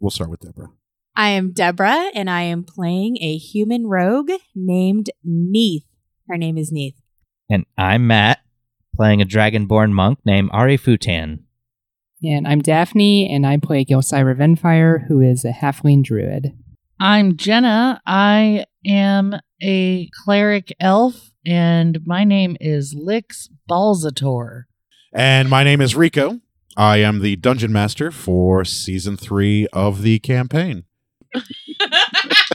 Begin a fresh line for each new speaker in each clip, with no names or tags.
We'll start with Deborah.
I am Deborah, and I am playing a human rogue named Neith. Her name is Neith.
And I'm Matt, playing a dragonborn monk named Ari Futan.
And I'm Daphne, and I play Gilcyra Venfire, who is a halfling druid.
I'm Jenna. I am a cleric elf, and my name is Lix Balzator.
And my name is Rico. I am the dungeon master for season three of the campaign.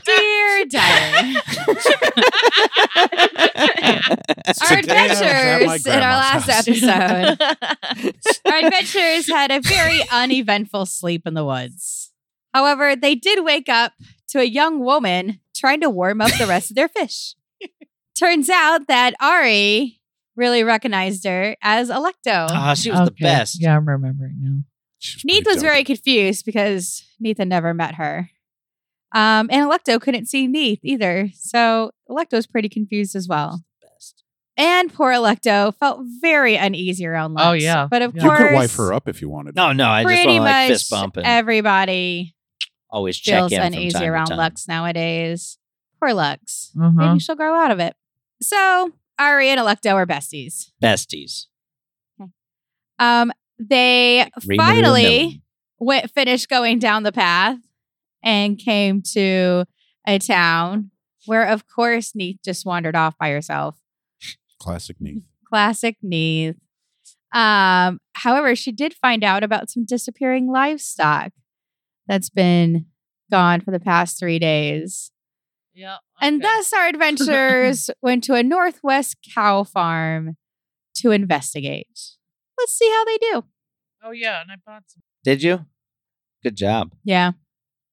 Dear diary. our
Today I was at my
adventures in our
grandma's
last
house.
episode. our adventurers had a very uneventful sleep in the woods. However, they did wake up to a young woman trying to warm up the rest of their fish. Turns out that Ari really recognized her as Electo.
Ah,
Oh, she was the
Okay.
best.
Yeah, I'm remembering now.
She
Neith
pretty
was
dope.
very confused because Neith had never met her. Um, and Electo couldn't see Neith either. So Electo was pretty confused as well. And poor Electo felt very uneasy around Lex.
Oh, yeah.
But of
You
You
course,
could wife her up if you wanted.
No, no, I just
pretty
want to
much
like fist bump and
everybody
always check
feels
in. From
uneasy
time
around
to time.
Lux nowadays. Poor Lux.
Uh-huh.
Maybe she'll grow out of it. So Ari and Electo are besties.
Besties.
Um, they
Remu
finally.
Nemu.
went finished going down the path and came to a town where of course Neith just wandered off by herself.
Classic Neith.
Classic Neith. Um, however, she did find out about some disappearing livestock that's been gone for the past three days.
Yeah.
And thus our adventurers went to a northwest cow farm to investigate. Let's see how they do.
Oh yeah, and I bought some.
Did you? Good job.
Yeah.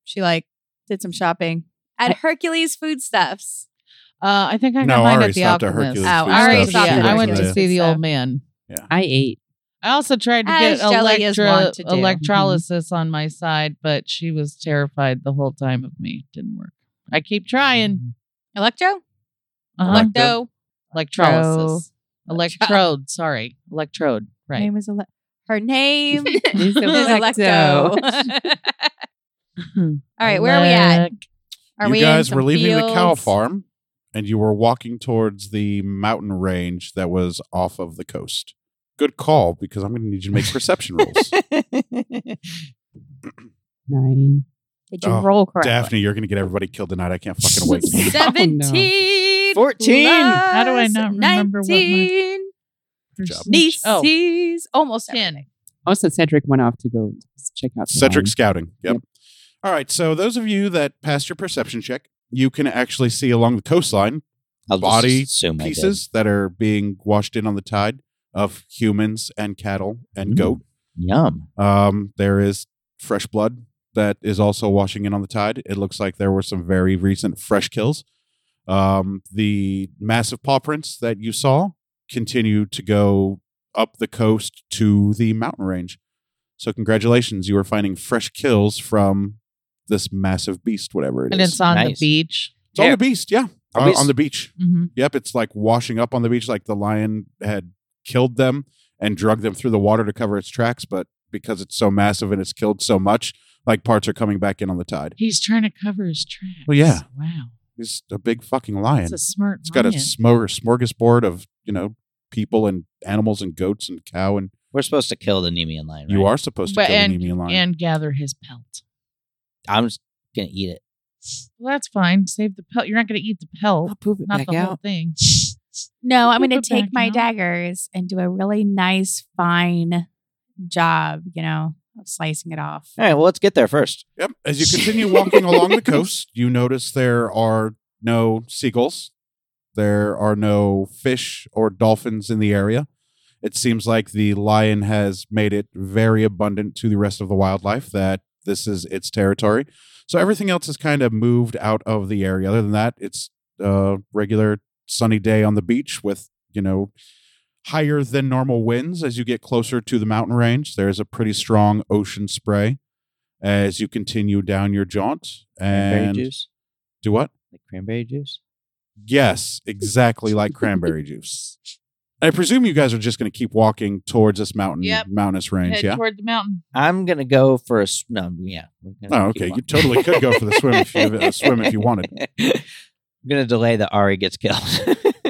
She like did some shopping at Hercules Foodstuffs.
Uh, I think I got
No,
mine
Ari
at the
stopped at
alchemist.
Hercules
Oh,
oh,
food Ari
Ari
stuff. stopped
at
I went to
Hercules
see the
food
old
stuff.
man.
I ate.
I also tried to
As
get
Jelly is
electra,
wont to do.
electrolysis on my side, but she was terrified the whole time of me. Didn't work. I keep trying.
Electro?
Mm-hmm.
Uh-huh.
Electo.
Electrolysis. Electrode. Sorry. Electrode.
Her
Right.
name is Ele- Her name is
Is
Electo. All right, where are we at? Are
you
we in
guys
some
were leaving the cow
fields?
farm and you were walking towards the mountain range that was off of the coast. Good call because I'm going to need you to make perception rolls.
Nine.
Did you
Oh,
roll correctly?
Daphne, you're going to get everybody killed tonight. I can't fucking wait.
Seventeen.
14.
Oh, How do I not remember what my-
19
job.
Nieces.
Oh,
Almost
ten.
everything.
Also, Cedric went off to go check out. the
Cedric
wine.
Scouting. Yep.
Yep.
All right. So those of you that passed your perception check, you can actually see along the coastline
I'll
Body
just assume I did.
pieces that are being washed in on the tide of humans and cattle and
Mm.
goat.
Yum.
Um, there is fresh blood that is also washing in on the tide. It looks like there were some very recent fresh kills. Um, the massive paw prints that you saw continue to go up the coast to the mountain range. So, congratulations, you are finding fresh kills from this massive beast, whatever it
And
is.
it's on
Nice.
the beach.
It's on
Yeah.
the beast, yeah,
Are
on,
we-
on the beach.
Mm-hmm.
Yep, it's like washing up on the beach, like the lion had killed them and drugged them through the water to cover its tracks. But because it's so massive and it's killed so much, like parts are coming back in on the tide.
He's trying to cover his tracks.
Well, yeah.
Wow.
It's a big fucking lion.
It's a smart.
it's got a
lion.
smor- smorgasbord of you know people and animals and goats and cow and
We're supposed to kill the Nemean lion.
you
right?
are supposed to
But-
kill
and-
an Nemean lion.
and gather his pelt.
I'm just gonna eat it.
Well, that's fine. Save the pelt. You're not going to eat the pelt,
I'll poop it
not
back
the whole
out.
thing.
No, I'm going to
Put it
take
back
my
now.
daggers and do a really nice, fine job, you know, of slicing it off.
All right, well, let's get there first.
Yep. As you continue walking along the coast, you notice there are no seagulls. There are no fish or dolphins in the area. It seems like the lion has made it very abundant to the rest of the wildlife that this is its territory. So everything else is kind of moved out of the area. Other than that, it's a regular sunny day on the beach with, you know, higher than normal winds as you get closer to the mountain range. There's a pretty strong ocean spray as you continue down your jaunt
cranberry
and
juice?
do what?
Like cranberry juice?
Yes, exactly like cranberry juice. I presume you guys are just going to keep walking towards this mountain
Yep.
mountainous range,
Head
yeah?
toward the mountain.
I'm going to go for a s- no, yeah. we're gonna
Oh,
keep
okay. You
walking.
totally could go for the swim if you- uh, swim if you wanted.
I'm going to delay the Ari gets killed.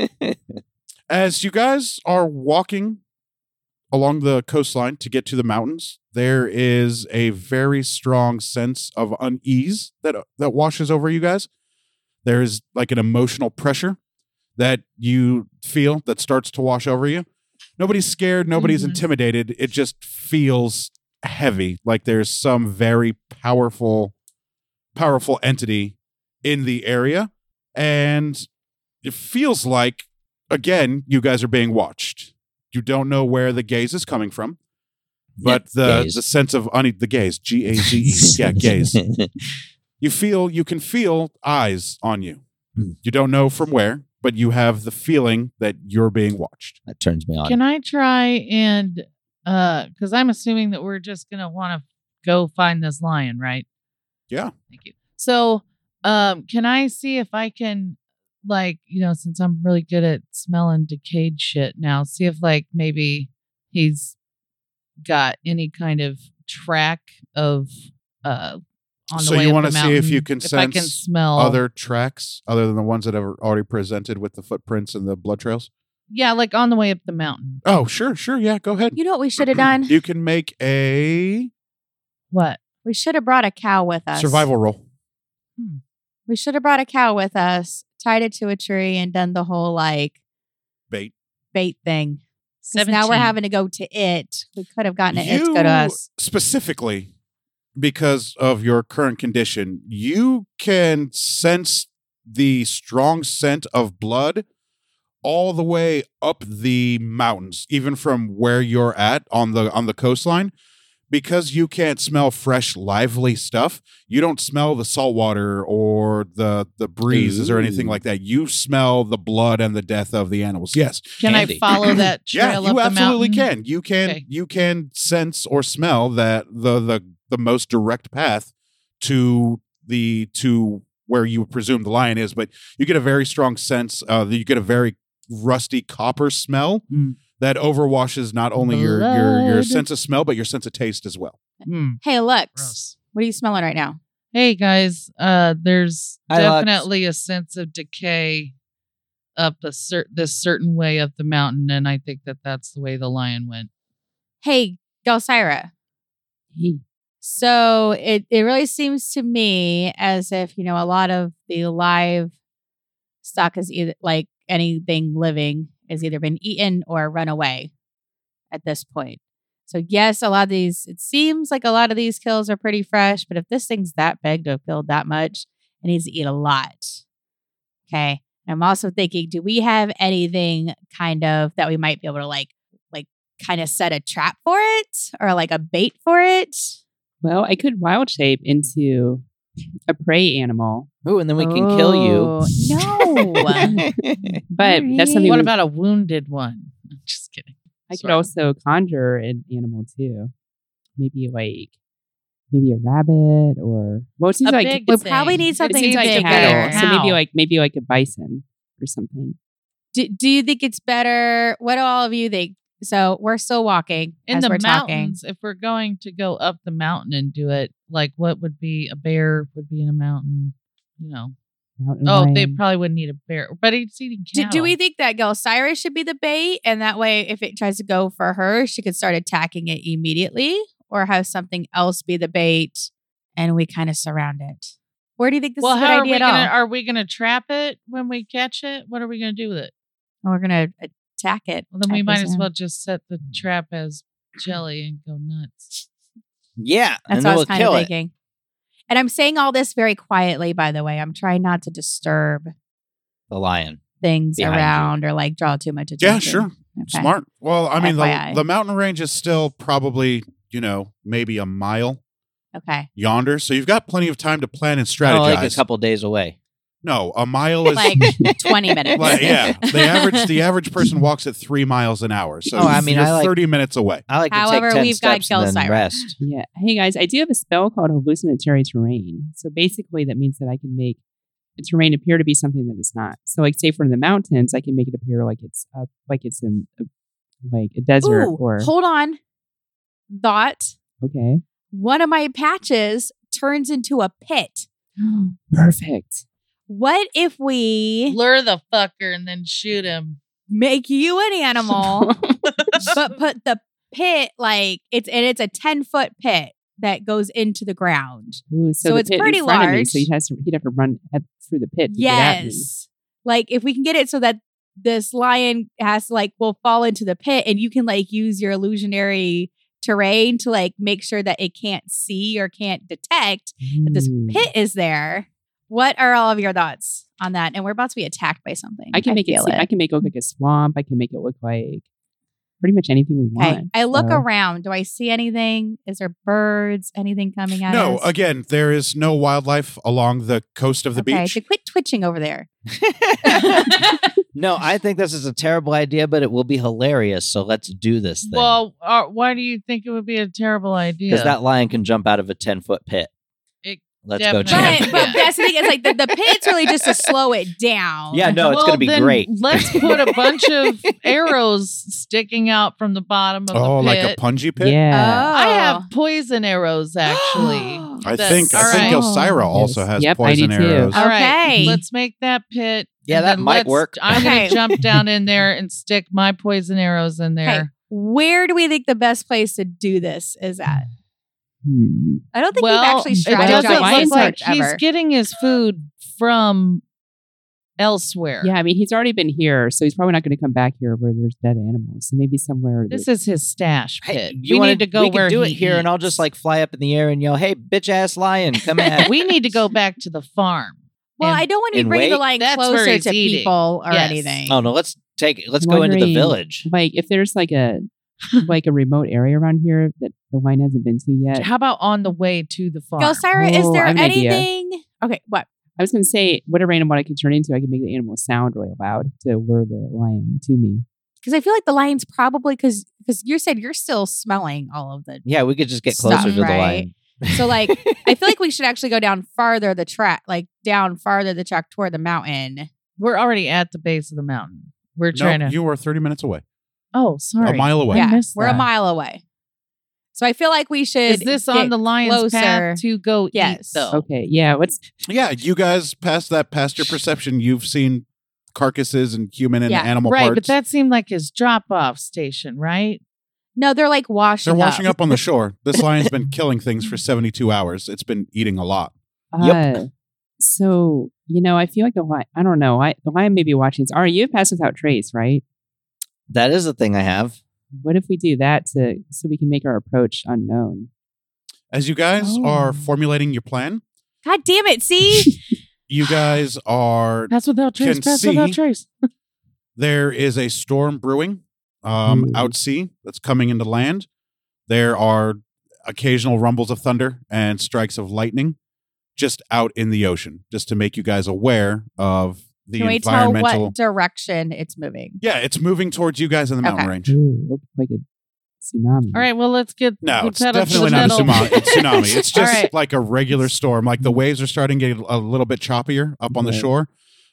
As you guys are walking along the coastline to get to the mountains, there is a very strong sense of unease that uh, that washes over you guys. There is like an emotional pressure that you feel that starts to wash over you. Nobody's scared, nobody's
Mhm.
intimidated. It just feels heavy, like there's some very powerful powerful entity in the area and it feels like again, you guys are being watched. You don't know where the gaze is coming from, but the
Gaze.
the sense of une- the gaze, G A Z E, yeah, gaze. You feel you can feel eyes on you.
Hmm.
You don't know from where, but you have the feeling that you're being watched.
that turns me on.
Can I try and uh because I'm assuming that we're just gonna wanna go find this lion, right?
Yeah.
Thank you. So um can I see if I can like, you know, since I'm really good at smelling decayed shit now, see if like maybe he's got any kind of track of uh on the
So
way
you
want to
wanna see if you can
if I can
sense
Oh.
smell
Other tracks, other than the ones that are already presented with the footprints and the blood trails.
yeah like on the way up the mountain
Oh, sure, sure, yeah, go ahead. Hmm.
You know what we should have done?
You can make a
what
We should have brought a cow with us.
survival roll.
We should have brought a cow with us, tied it to a tree, and done the whole like
Bait.
bait thing. 'Cause now we're
17.
having to go to it. We could have gotten it, it to
You-
go to us.
specifically because of your current condition, you can sense the strong scent of blood all the way up the mountains, even from where you're at on the on the coastline. Because you can't smell fresh, lively stuff, you don't smell the salt water or the the breezes or anything
Ooh.
like that. You smell the blood and the death of the animals. Yes,
Can
Candy.
I follow that trail
yeah,
up
you
the
absolutely
mountain?
can. You can
Okay.
you can sense or smell that the the the most direct path to the to where you presume the lion is, but you get a very strong sense. Uh, that you get a very rusty copper smell
Mm.
that overwashes not only your, your your
Blood.
sense of smell but your sense of taste as well.
Hmm,
Hey, Lux,
gross.
what are you smelling right now?
Hey guys, uh, there's
Hi, Lux.
definitely a sense of decay up a cer- this certain way up the mountain, and I think that that's the way the lion went.
Hey, Dulcira. So it, it really seems to me as if, you know, a lot of the live stock is either like anything living has either been eaten or run away at this point. So yes, a lot of these it seems like a lot of these kills are pretty fresh, but if this thing's that big to have killed that much, it needs to eat a lot. Okay. I'm also thinking, do we have anything kind of that we might be able to like like kind of set a trap for it or like a bait for it?
Well, I could wild shape into a prey animal,
Ooh, and then we can kill
Oh,
you.
no.
but that's something
What
we-
about a wounded one? I'm just kidding.
I could
Sorry.
also conjure an animal too. Maybe like maybe a rabbit or well, it seems
A
like
big
We
thing.
probably need
It
something
seems
seems like
bigger.
cattle, so maybe
Cow.
like maybe like a bison or something.
do, do you think it's better? What do all of you think? So we're still walking
In
as
the
we're talking.
mountains, if we're going to go up the mountain and do it, like what would be a bear would be in a mountain, you know?
Mountain
Oh, they
lion.
probably wouldn't need a bear, but it's eating
Do,
cow.
do we think that Gelsira should be the bait, and that way, if it tries to go for her, she could start attacking it immediately, or have something else be the bait, and we kind of surround it? Where do you think this
well,
is a good
how are
idea
we
at all?
gonna, are we going to trap it when we catch it? What are we going to do with it?
And we're going to attack it.
Well, then we
That
might
goes
as
in.
well just set the trap as jelly and go nuts.
Yeah,
That's
and
what
then
I was
we'll
kind of
kill it.
thinking. And I'm saying all this very quietly, by the way. I'm trying not to disturb
The lion.
things
Behind you.
around or like draw too much attention.
Yeah, sure.
Okay.
Smart. Well, I mean,
FYI.
the, the mountain range is still probably, you know, maybe a mile
Okay.
yonder. So you've got plenty of time to plan and strategize.
Oh, like a couple days away.
no, a mile is
Like 20 minutes.
Like, yeah, the average the average person walks at three miles an hour. So
Oh, I mean,
you're
I like-
thirty minutes away.
I like
However,
to take 10
we've got
steps and then
Kelsiren.
rest.
Yeah. Hey guys, I do have a spell called hallucinatory terrain. So basically, that means that I can make a terrain appear to be something that it's not. So, like, say for the mountains, I can make it appear like it's up, like it's in a, like a desert
Ooh,
or
hold on. Thought
okay,
one of my patches turns into a pit.
perfect.
What if we
Lure the fucker and then shoot him.
make you an animal, but put the pit like it's and it's a 10 foot pit that goes into the ground?
Ooh, so
So
the
it's
pit in
pretty
front of me, so
large.
he has to, he'd have to run at, through the pit. To get at me.
Yes. Like if we can get it so that this lion has like will fall into the pit and you can like use your illusionary terrain to like make sure that it can't see or can't detect that this
Mm.
pit is there. What are all of your thoughts on that? And we're about to be attacked by something.
I can make it,
feel
seem- I can make it look like a swamp. I can make it look like pretty much anything we want.
Okay. I look
so-
around. Do I see anything? Is there birds? Anything coming at
No,
us?
again, there is no wildlife along the coast of the
okay,
beach.
so quit twitching over there.
No, I think this is a terrible idea, but it will be hilarious. So let's do this thing.
Well, uh, why do you think it would be a terrible idea?
because that lion can jump out of a 10 foot pit.
It
Let's go,
definitely-
champ.
But, but that's the thing. It's like the, the pit's really just to slow it down.
Yeah, no, it's
Well,
going to be
then
great.
Let's put a bunch of arrows sticking out from the bottom of
oh,
the
like
pit.
a punji pit.
Oh.
Yeah.
I have poison arrows actually.
I
That's-
think I
all
think
right.
Elsyra also
Yes.
has
Yep, I
poison
do too. Oh,
arrows.
All right,
Okay.
let's make that pit.
Yeah,
and
that
then
might
let's-
work.
I'm
Okay.
gonna jump down in there and stick my poison arrows in there.
Okay. Where do we think the best place to do this is at?
Hmm.
I don't think
well,
we've actually
it
strategized this
doesn't
strategize
look
lion's
like
much
he's
ever.
getting his food from elsewhere.
Yeah, I mean, he's already been here, so he's probably not going to come back here where there's dead animals. So maybe somewhere.
this
that-
is his stash pit.
Hey,
we
wanna-
need to go
we
where
can do
he
it here, and I'll
eats.
just like fly up in the air and yell, "Hey, bitch ass lion, come at!"
we need to go back to the farm.
Well,
And-
I don't want to
and
bring the
wait.
lion
That's where
closer
he's
to
eating.
people or
Yes.
anything.
oh no, let's take it. Let's go into the
Wondering-
village.
like if there's like a like a remote area around here that the wine hasn't been to yet.
How about on the way to the farm?
Gelsira, is
Oh,
there
I have an idea.
anything? Okay, what?
I was going to say whatever animal I can turn into, I can make the animal sound really loud to lure the lion to me.
Because I feel like the lion's probably because because you said you're still smelling all of the.
Yeah, we could just get
Stop,
closer to the
right?
lion.
So like, I feel like we should actually go down farther the track, like down farther the track toward the mountain.
We're already at the base of the mountain. We're
No,
trying to.
you are thirty minutes away,
oh, sorry.
a mile away.
Yeah,
missed
we're a
that.
mile away. So I feel like we should.
Is this
get
on the lion's
closer.
path to go
Yes.
eat though?
Okay, yeah, let's
Yeah, you guys past that past your perception. You've seen carcasses and human and
Yeah,
animal
Right,
parts.
but that seemed like his drop-off station, right?
No, they're like washing.
They're washing up on the shore. This lion's been killing things for seventy-two hours. It's been eating a lot.
Yep.
Uh, so you know, I feel like the lion. I don't know. I the lion may be watching. Are you have passed without trace, right?
That is a thing I have.
What if we do that to so we can make our approach unknown?
As you guys
Oh.
are formulating your plan,
God damn it! See,
you guys are
That's without trace.
Can
That's without
see.
trace.
There is a storm brewing um,
Ooh.
out sea that's coming into land. There are occasional rumbles of thunder and strikes of lightning just out in the ocean, just to make you guys aware of the
can we tell
environmental.
what direction it's moving?
yeah, it's moving towards you guys in the mountain
Okay.
range.
Ooh, look like a tsunami.
All right, well, let's get
Mm. No,
the
it's
pedal to the
definitely not a
metal.
tsunami. It's, tsunami. it's
All
just
right.
like a regular storm. Like
Mm-hmm.
the waves are starting to get a little bit choppier up on the
Right.
shore.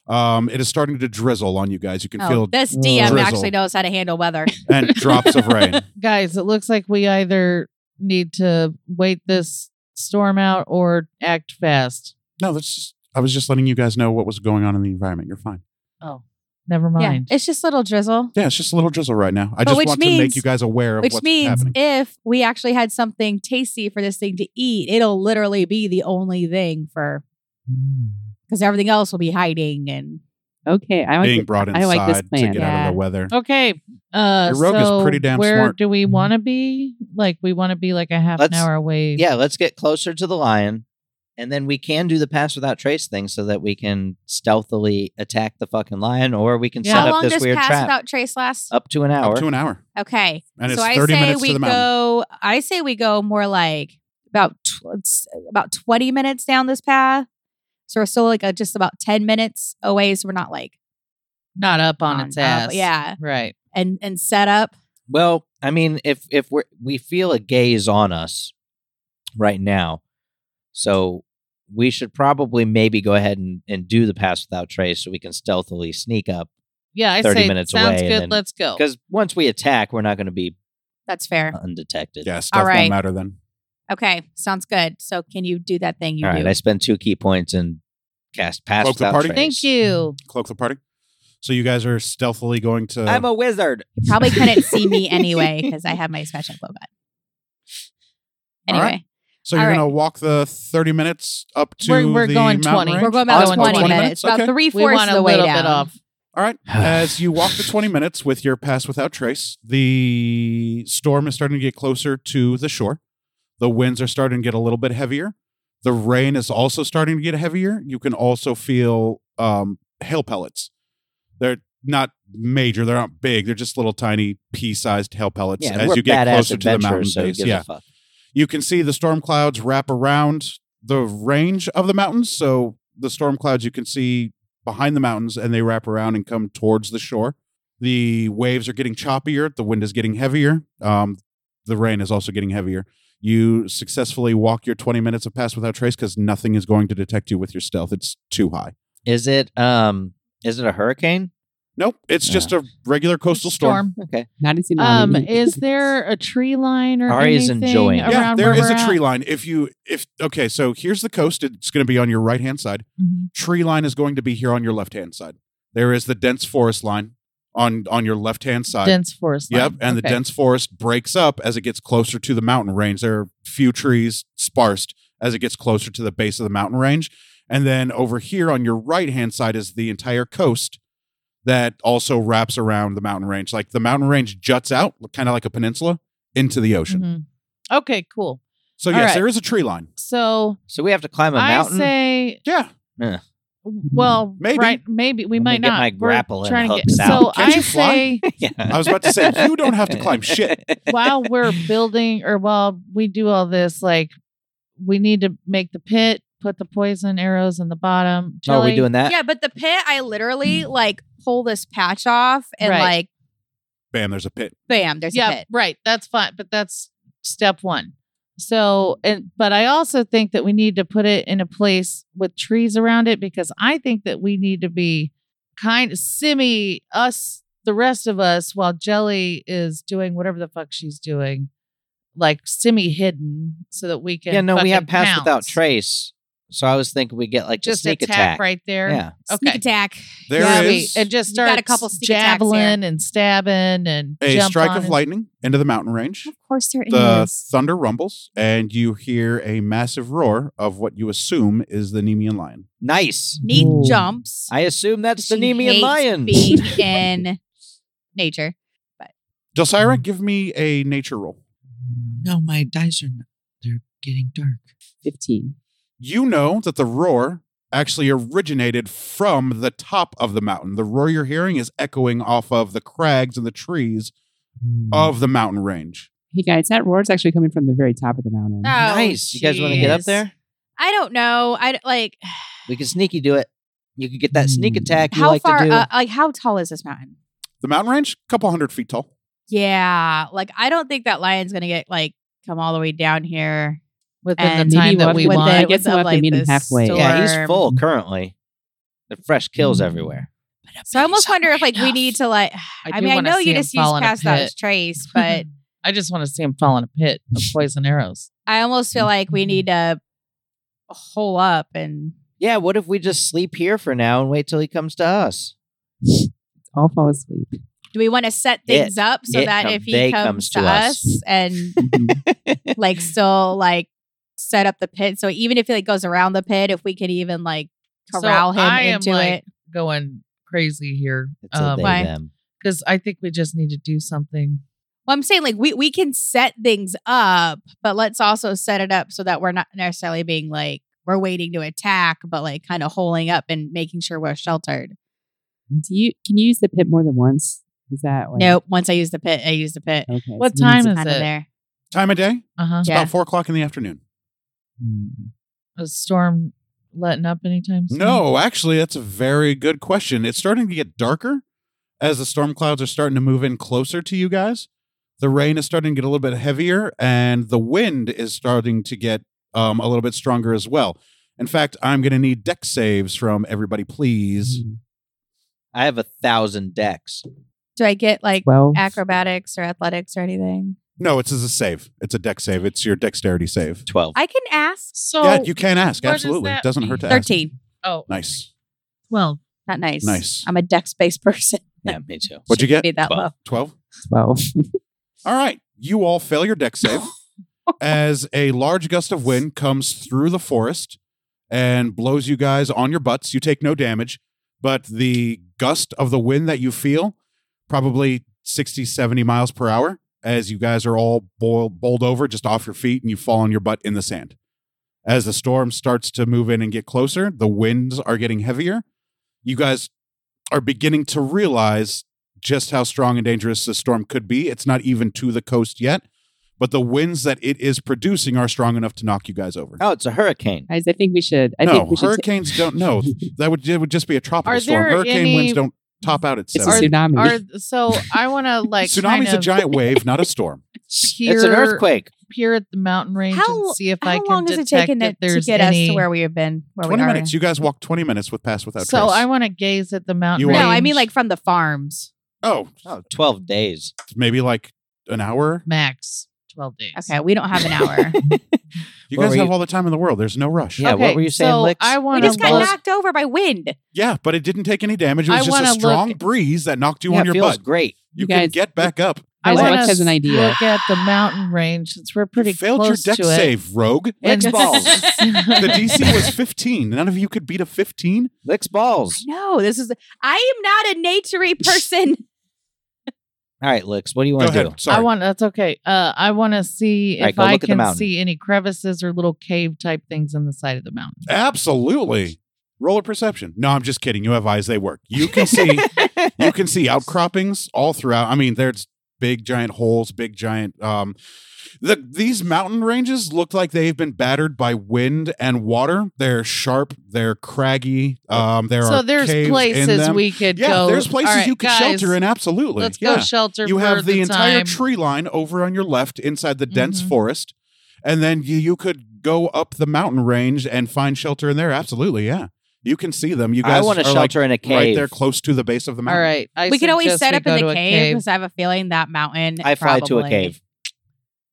Um, it is starting to drizzle on you guys. You can
Oh,
feel
this DM
Drizzle.
actually knows how to handle weather.
and drops of rain.
guys. It looks like we either need to wait this storm out or act fast.
No, that's just, I was just letting you guys know what was going on in the environment. You're fine.
Oh, never
yeah,
mind.
it's just little drizzle.
Yeah, it's just a little drizzle right now. I
But
just
which
want to make
means-
you guys aware of
Which
what's
means
happening.
if we actually had something tasty for this thing to eat, it'll literally be the only thing for
Mm.
because everything else will be hiding and
Okay, I like
being
it.
brought
I
inside
like this
to
plan.
get out of
Yeah.
the weather.
Okay. Uh,
Your rogue is
so
pretty damn
where
smart. Mm-hmm.
do we
Mhm.
want to be? Like, we want to be like a half an
Let's-
hour away.
Yeah, let's get closer to the lion. And then we can do the pass without trace thing so that we can stealthily attack the fucking lion or we can
Yeah.
set
How
up
long
this
does
weird
pass
trap
without trace last?
up to an hour.
Up to an hour.
Okay,
And it's
so I
30
say
minutes
we
to the mountain.
go. I say we go more like about tw- about twenty minutes down this path. So we're still like uh just about ten minutes away. So we're not like
Not up on,
on
its
up,
ass.
yeah.
Right.
and and set up.
Well, I mean, if if we are we feel a gaze on us right now, so we should probably maybe go ahead and, and do the pass without trace so we can stealthily sneak up.
Yeah. I
30
say,
minutes
sounds
away and
good.
then-
Let's go.
Because once we attack, we're not going to be
That's fair.
undetected.
Yeah, stuff won't
right.
matter then.
Okay, sounds good. So can you do that thing you
All right,
do?
I spent two key points and cast pass
Cloak the
without
party?
trace.
Thank you.
Cloak the party. So you guys are stealthily going to.
I'm a wizard.
You probably couldn't see me anyway because I have my special cloak
All
on. Anyway,
right. so you're
all right.
going to walk the 30 minutes up to
We're- we're
the
going
mountain
20.
range?
we're going about
Going
20,
20
minutes,
minutes?
about
Okay.
three
We
fourths
want
of
a
the way
little
down.
bit off.
All right. As you walk the 20 minutes with your pass without trace, the storm is starting to get closer to the shore. The winds are starting to get a little bit heavier. The rain is also starting to get heavier. You can also feel um, hail pellets. They're not major, they're not big, they're just little tiny pea sized hail pellets
Yeah, and we're
as you get
badass
closer to the mountain
adventurers, so who
base.
gives a
Yeah.
fuck?
You can see the storm clouds wrap around the range of the mountains. So the storm clouds you can see behind the mountains and they wrap around and come towards the shore. The waves are getting choppier. The wind is getting heavier. Um, the rain is also getting heavier. You successfully walk your 20 minutes of pass without trace because nothing is going to detect you with your stealth. It's too high.
Is it um? Is it a hurricane?
Nope. It's just a regular coastal storm.
Okay.
Not a
Um,
tsunami.
is there a tree line or
Ari is
anything
enjoying it.
around
Yeah, there
where
is
we're
a tree
at?
line. If you, if, okay, so here's the coast. It's going to be on your right hand side.
Mhm.
tree line is going to be here on your left hand side. There is the dense forest line on on your left hand side.
Dense forest.
Yep,
line.
and the
Okay.
dense forest breaks up as it gets closer to the mountain range. There are few trees sparsed as it gets closer to the base of the mountain range. And then over here on your right hand side is the entire coast that also wraps around the mountain range. Like the mountain range juts out, kind of like a peninsula, into the ocean.
Mhm. Okay, cool.
So
All
yes,
right.
there is a tree line.
So
So we have to climb a
I
mountain.
say,
Yeah.
well,
Maybe.
right, maybe we
Let me
might
get
not.
my
We're
grapple and
trying to get.
hooks out.
So
Can't
I
you fly?
say,
yeah.
I was about to say, you don't have to climb shit.
while we're building or while we do all this, like we need to make the pit, put the poison arrows in the
Oh,
bottom.
are we
Jelly?
doing
Uh,
that?
Yeah, but the pit, I literally
mm.
like pull this patch off and
Right.
like
Bam, there's a pit.
bam, there's a
yeah,
pit.
right. That's fine, but that's step one. So, and but I also think that we need to put it in a place with trees around it because I think that we need to be kind of semi us, the rest of us, while Jelly is doing whatever the fuck she's doing, like semi hidden, so that we can.
Yeah, no, we
fucking
have pass without
pounce.
trace. So I was thinking we get like
Just
the sneak
attack,
attack.
right there.
Yeah.
Sneak
Okay.
attack.
There is.
yeah, we- and just
You got a
start
couple sneak attacks
javelin and stabbing and
a
jump
strike
on
of
and-
lightning into the mountain range.
Of course there is.
The thunder rumbles, and you hear a massive roar of what you assume is the Nemean lion.
Nice.
Neat
Ooh.
jumps.
I assume that's the
She
Nemean
hates
lion.
Being in nature.
Delsira, give me a nature roll.
No, my dice are not, they're getting dark.
Fifteen.
You know that the roar actually originated from the top of the mountain. The roar you're hearing is echoing off of the crags and the trees
Mm-hmm.
of the mountain range.
Uh, Hey guys, that roar is actually coming from the very top of the mountain.
Ah.
Oh,
nice. You guys want to get up
jeez.
there?
I don't know. I d- like
We can sneaky do it. You can get that sneak
Hmm.
Mm.
attack you
how
like
far
to do.
uh, like how tall is this mountain?
The mountain range, a couple hundred feet tall.
Yeah, like I don't think that lion's gonna get like come all the way down here.
within
And
the time
maybe we'll
that
have
we
to-
want.
I
it
guess
was
we'll
of,
have to
like,
meet him
this
halfway.
yeah, he's
storm.
full currently. The fresh kills
Hmm.
Mm.
everywhere.
So I almost wonder if like we need to like. I,
do
mean, I
wanna
know
see
you
him
just
fall
used
in a
past that
pit.
as trace, but
I just want to see him fall in a pit of poison arrows.
I almost feel like we need to hole up and
Yeah, what if we just sleep here for now and wait till he comes to us?
I'll fall asleep.
do we want to set things up so
it
that
come-
if
they
he comes,
comes to
to,
us.
us, and like still like set up the pit so even if he like goes around the pit if we could even like
So
corral him
I am,
into
like,
it
Going crazy here
It's a
because
they
Why?
them.
I think we just need to do something.
Well, I'm saying like we we can set things up, but let's also set it up so that we're not necessarily being like we're waiting to attack, but like kind of holding up and making sure we're sheltered.
Do you can you use the pit more than once? Is that like,
Nope. Once I use the pit, I use the pit.
Okay.
What
so we need
time
to-
is
Kind of
it?
there.
Time of day?
Uh huh.
It's
Yeah.
about four o'clock in the afternoon.
Hmm.
A storm letting up anytime soon?
No, actually, that's a very good question. It's starting to get darker as the storm clouds are starting to move in closer to you guys. The rain is starting to get a little bit heavier, and the wind is starting to get um, a little bit stronger as well. In fact, I'm going to need deck saves from everybody, please.
Hmm.
I have a thousand decks.
Do I get like
Well,
acrobatics or athletics or anything?
No, it's as a save. It's a deck save. It's your dexterity save.
Twelve.
I can ask.
So
yeah, you can ask.
what does
Absolutely,
that
it doesn't hurt to
mean?
ask.
Thirteen.
oh
Nice.
well
Not nice.
Nice.
I'm a dex based person.
yeah, me too.
What'd you get?
Be that
Twelve.
low.
Twelve.
twelve.
All right. You all fail your deck save as a large gust of wind comes through the forest and blows you guys on your butts. You take no damage, but the gust of the wind that you feel, probably 60, 70 miles per hour, as you guys are all boil, bowled over just off your feet and you fall on your butt in the sand. As the storm starts to move in and get closer, the winds are getting heavier. You guys are beginning to realize just how strong and dangerous the storm could be. It's not even to the coast yet, but the winds that it is producing are strong enough to knock you guys over.
Oh, it's a hurricane.
Guys, I think we should. I
no,
think we should. ta-
hurricanes don't. No, that would it would just be a tropical
Are
storm.
there
Hurricane
any-
winds don't top out at
it's
seven.
a tsunami.
Mm.
are so I want to like
Tsunami's
kind
a
of
giant wave, not a storm.
Peer,
It's an earthquake.
Peer at the mountain range
How-
and see if I
How
can
long is it
detect
taking
if
it to
there's
get
any.
us to where we have been? Where
Twenty
we are?
minutes. You guys walk twenty minutes with Pass Without
so
Trace.
I want to gaze at the mountain.
You
no,
are-
range.
I mean like from the farms.
oh,
Oh, 12 days.
maybe like an hour.
max twelve days.
Okay, we don't have an hour.
You
What
guys
were
have
you-
all the time in the world. There's no rush.
Yeah, what
Okay,
were you saying,
so
Lix?
I
we
want
just got
look,
knocked over by wind.
Yeah, but it didn't take any damage. It
I
was just
wanna
a
look-
strong breeze that knocked you
yeah,
on your
it feels
butt.
great.
You,
You
can
guys-
get back up.
I
Guys,
want
Lex
to
has an idea.
Look at the mountain range since we're pretty
you failed your
close
deck
to it.
save, rogue. Lex
And-
balls. the DC was 15. None of you could beat a 15.
Lix balls.
No, this is. I am not a naturey person.
All right, Lix, what do you
Go
want to do?
ahead. Sorry.
I want that's okay. Uh, I want to see
All right,
if
go
I
look at the
can
mountain.
see any crevices or little cave type things on the side of the mountain.
Absolutely. Roller perception. No, I'm just kidding. You have eyes. They work. You can see. you can see outcroppings all throughout. I mean, there's big giant holes, big giant. Um, the these mountain ranges look like they've been battered by wind and water. They're sharp. They're craggy. Um, there
so
are
there's
caves in
places
them.
we could
yeah,
go.
there's places
All right,
you could
guys,
shelter in. Absolutely.
Let's
yeah.
go shelter.
you
for
have the, entire
time.
tree line over on your left inside the dense
Mhm.
forest and then you, you could go up the mountain range and find shelter in there absolutely yeah you can see them you
I
guys
want to
are like
shelter in a cave.
right there close to the base of the
All
mountain
right, I
we could always
suggest
set
we
up in
go
the
to a
cave because I have a feeling that mountain.
I fly to a
probably-
cave.